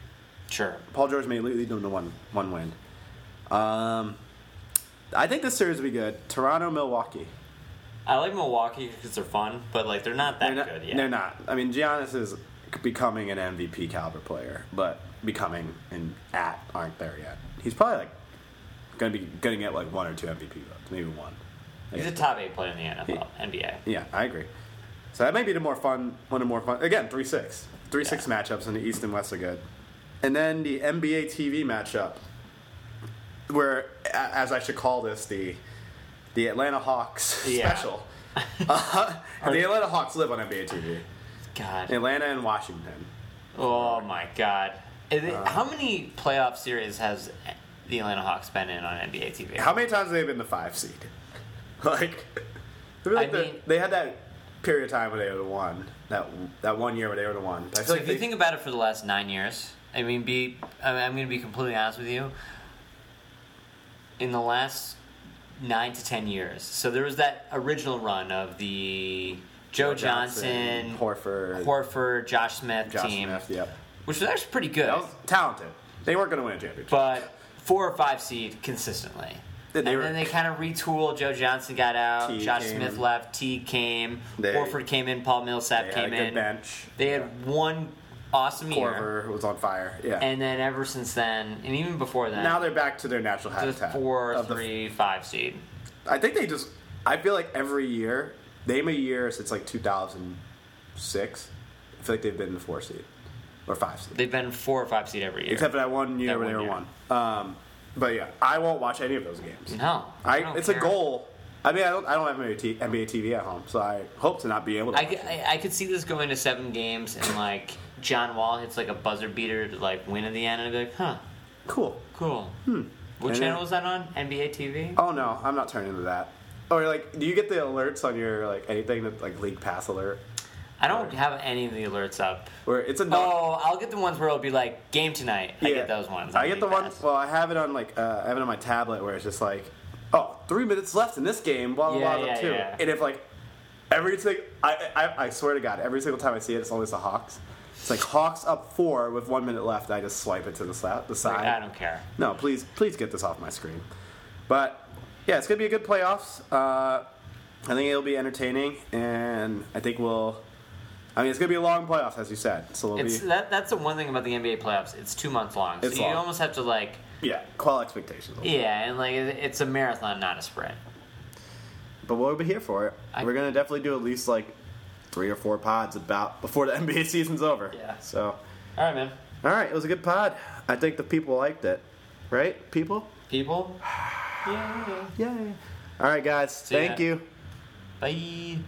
Speaker 2: Sure.
Speaker 1: Paul George may lead them to one one win. Um, I think this series will be good. Toronto, Milwaukee.
Speaker 2: I like Milwaukee because they're fun, but like they're not that
Speaker 1: They're not,
Speaker 2: good yet.
Speaker 1: they're not. I mean, Giannis is becoming an MVP caliber player, but becoming and at aren't there yet. He's probably like gonna be gonna get like one or two MVP votes, maybe one.
Speaker 2: He's a top eight player in the NFL, NBA.
Speaker 1: Yeah, I agree. So that might be the more fun one of the more fun again, three six. Three six matchups in the East and West are good. And then the NBA TV matchup. Where a- as I should call this the the Atlanta Hawks
Speaker 2: Yeah.
Speaker 1: special. Uh, the Atlanta Hawks live on NBA TV.
Speaker 2: God.
Speaker 1: Atlanta and Washington.
Speaker 2: Oh my God. Is
Speaker 1: Uh.
Speaker 2: it- how many playoff series has the Atlanta Hawks been in on NBA TV?
Speaker 1: How many times have they been the five seed? like, I feel like
Speaker 2: I
Speaker 1: the-
Speaker 2: mean-
Speaker 1: they had that period of time where they were the one. That that one year where they were the one. But I feel
Speaker 2: So
Speaker 1: like
Speaker 2: if you
Speaker 1: they-
Speaker 2: think about it for the last nine years, I mean, be I mean, I'm going to be completely honest with you. In the last nine to ten years, so there was that original run of the Joe Johnson,
Speaker 1: Horford,
Speaker 2: Horford, Josh Smith
Speaker 1: Josh
Speaker 2: team,
Speaker 1: Smith, yep.
Speaker 2: which was actually pretty good.
Speaker 1: That was talented. They weren't going to win a championship.
Speaker 2: but four or five seed consistently.
Speaker 1: Then they
Speaker 2: and
Speaker 1: were-
Speaker 2: then they kind of retooled. Joe Johnson got out.
Speaker 1: T
Speaker 2: Josh
Speaker 1: came.
Speaker 2: Smith left. T came.
Speaker 1: They-
Speaker 2: Horford came in. Paul Millsap
Speaker 1: they had a
Speaker 2: came
Speaker 1: good
Speaker 2: in.
Speaker 1: bench.
Speaker 2: They had one awesome year,
Speaker 1: Corver was on fire. Yeah.
Speaker 2: and then ever since then, and even before that,
Speaker 1: now they're back to their natural
Speaker 2: the
Speaker 1: habitat.
Speaker 2: four,
Speaker 1: of the-
Speaker 2: three, five seed.
Speaker 1: I think they just. I feel like every year, name a year since like 2006. I feel like they've been the four seed or five seed.
Speaker 2: They've been four or five seed every year.
Speaker 1: Except for that one year
Speaker 2: That
Speaker 1: where they
Speaker 2: one
Speaker 1: were
Speaker 2: year.
Speaker 1: one. Um, but yeah, I won't watch any of those games.
Speaker 2: no,
Speaker 1: I,
Speaker 2: don't
Speaker 1: it's a
Speaker 2: care.
Speaker 1: goal. I mean, I don't, I don't have NBA, T- NBA TV at home, so I hope to not be able to.
Speaker 2: I,
Speaker 1: watch
Speaker 2: could-
Speaker 1: it.
Speaker 2: I, I could see this going to seven games, and like John Wall hits like a buzzer beater to like win at the end, and I'd be like, huh,
Speaker 1: cool.
Speaker 2: cool. Hmm. What
Speaker 1: And
Speaker 2: channel
Speaker 1: then-
Speaker 2: was that on? NBA TV.
Speaker 1: Oh no, I'm not turning to that. Or like, do you get the alerts on your like anything that like League Pass alert?
Speaker 2: I don't have any of the alerts up.
Speaker 1: Where it's a no.
Speaker 2: Oh, I'll get the ones where it'll be like game tonight. I get those ones.
Speaker 1: I
Speaker 2: on
Speaker 1: get the
Speaker 2: League
Speaker 1: ones.
Speaker 2: Pass.
Speaker 1: Well, I have it on like uh, I have it on my tablet where it's just like, oh, three minutes left in this game. Blah blah
Speaker 2: Yeah,
Speaker 1: blah.
Speaker 2: yeah,
Speaker 1: two.
Speaker 2: yeah.
Speaker 1: And if like every single, I, I I swear to God, every single time I see it, it's always the Hawks. It's like Hawks up four with one minute left. I just swipe it to the side. The side.
Speaker 2: Like, I don't care.
Speaker 1: No, please, please get this off my screen. But yeah, it's gonna be a good playoffs. Uh, I think it'll be entertaining, and I think we'll. I mean, it's gonna be a long playoffs, as you said. So it'll
Speaker 2: It's
Speaker 1: be
Speaker 2: that. That's the one thing about the NBA playoffs. It's two months long, so
Speaker 1: It's
Speaker 2: you
Speaker 1: long.
Speaker 2: almost have to like,
Speaker 1: yeah, qual expectations.
Speaker 2: yeah, and like it- it's a marathon, not a sprint.
Speaker 1: But we'll be here for it.
Speaker 2: I-
Speaker 1: We're gonna definitely do at least like three or four pods about before the NBA season's over.
Speaker 2: Yeah.
Speaker 1: So,
Speaker 2: All right, man.
Speaker 1: all right, it was a good pod. I think the people liked it, right? People.
Speaker 2: People. Yeah.
Speaker 1: Yay! All right, guys.
Speaker 2: ya.
Speaker 1: thank you.
Speaker 2: Bye.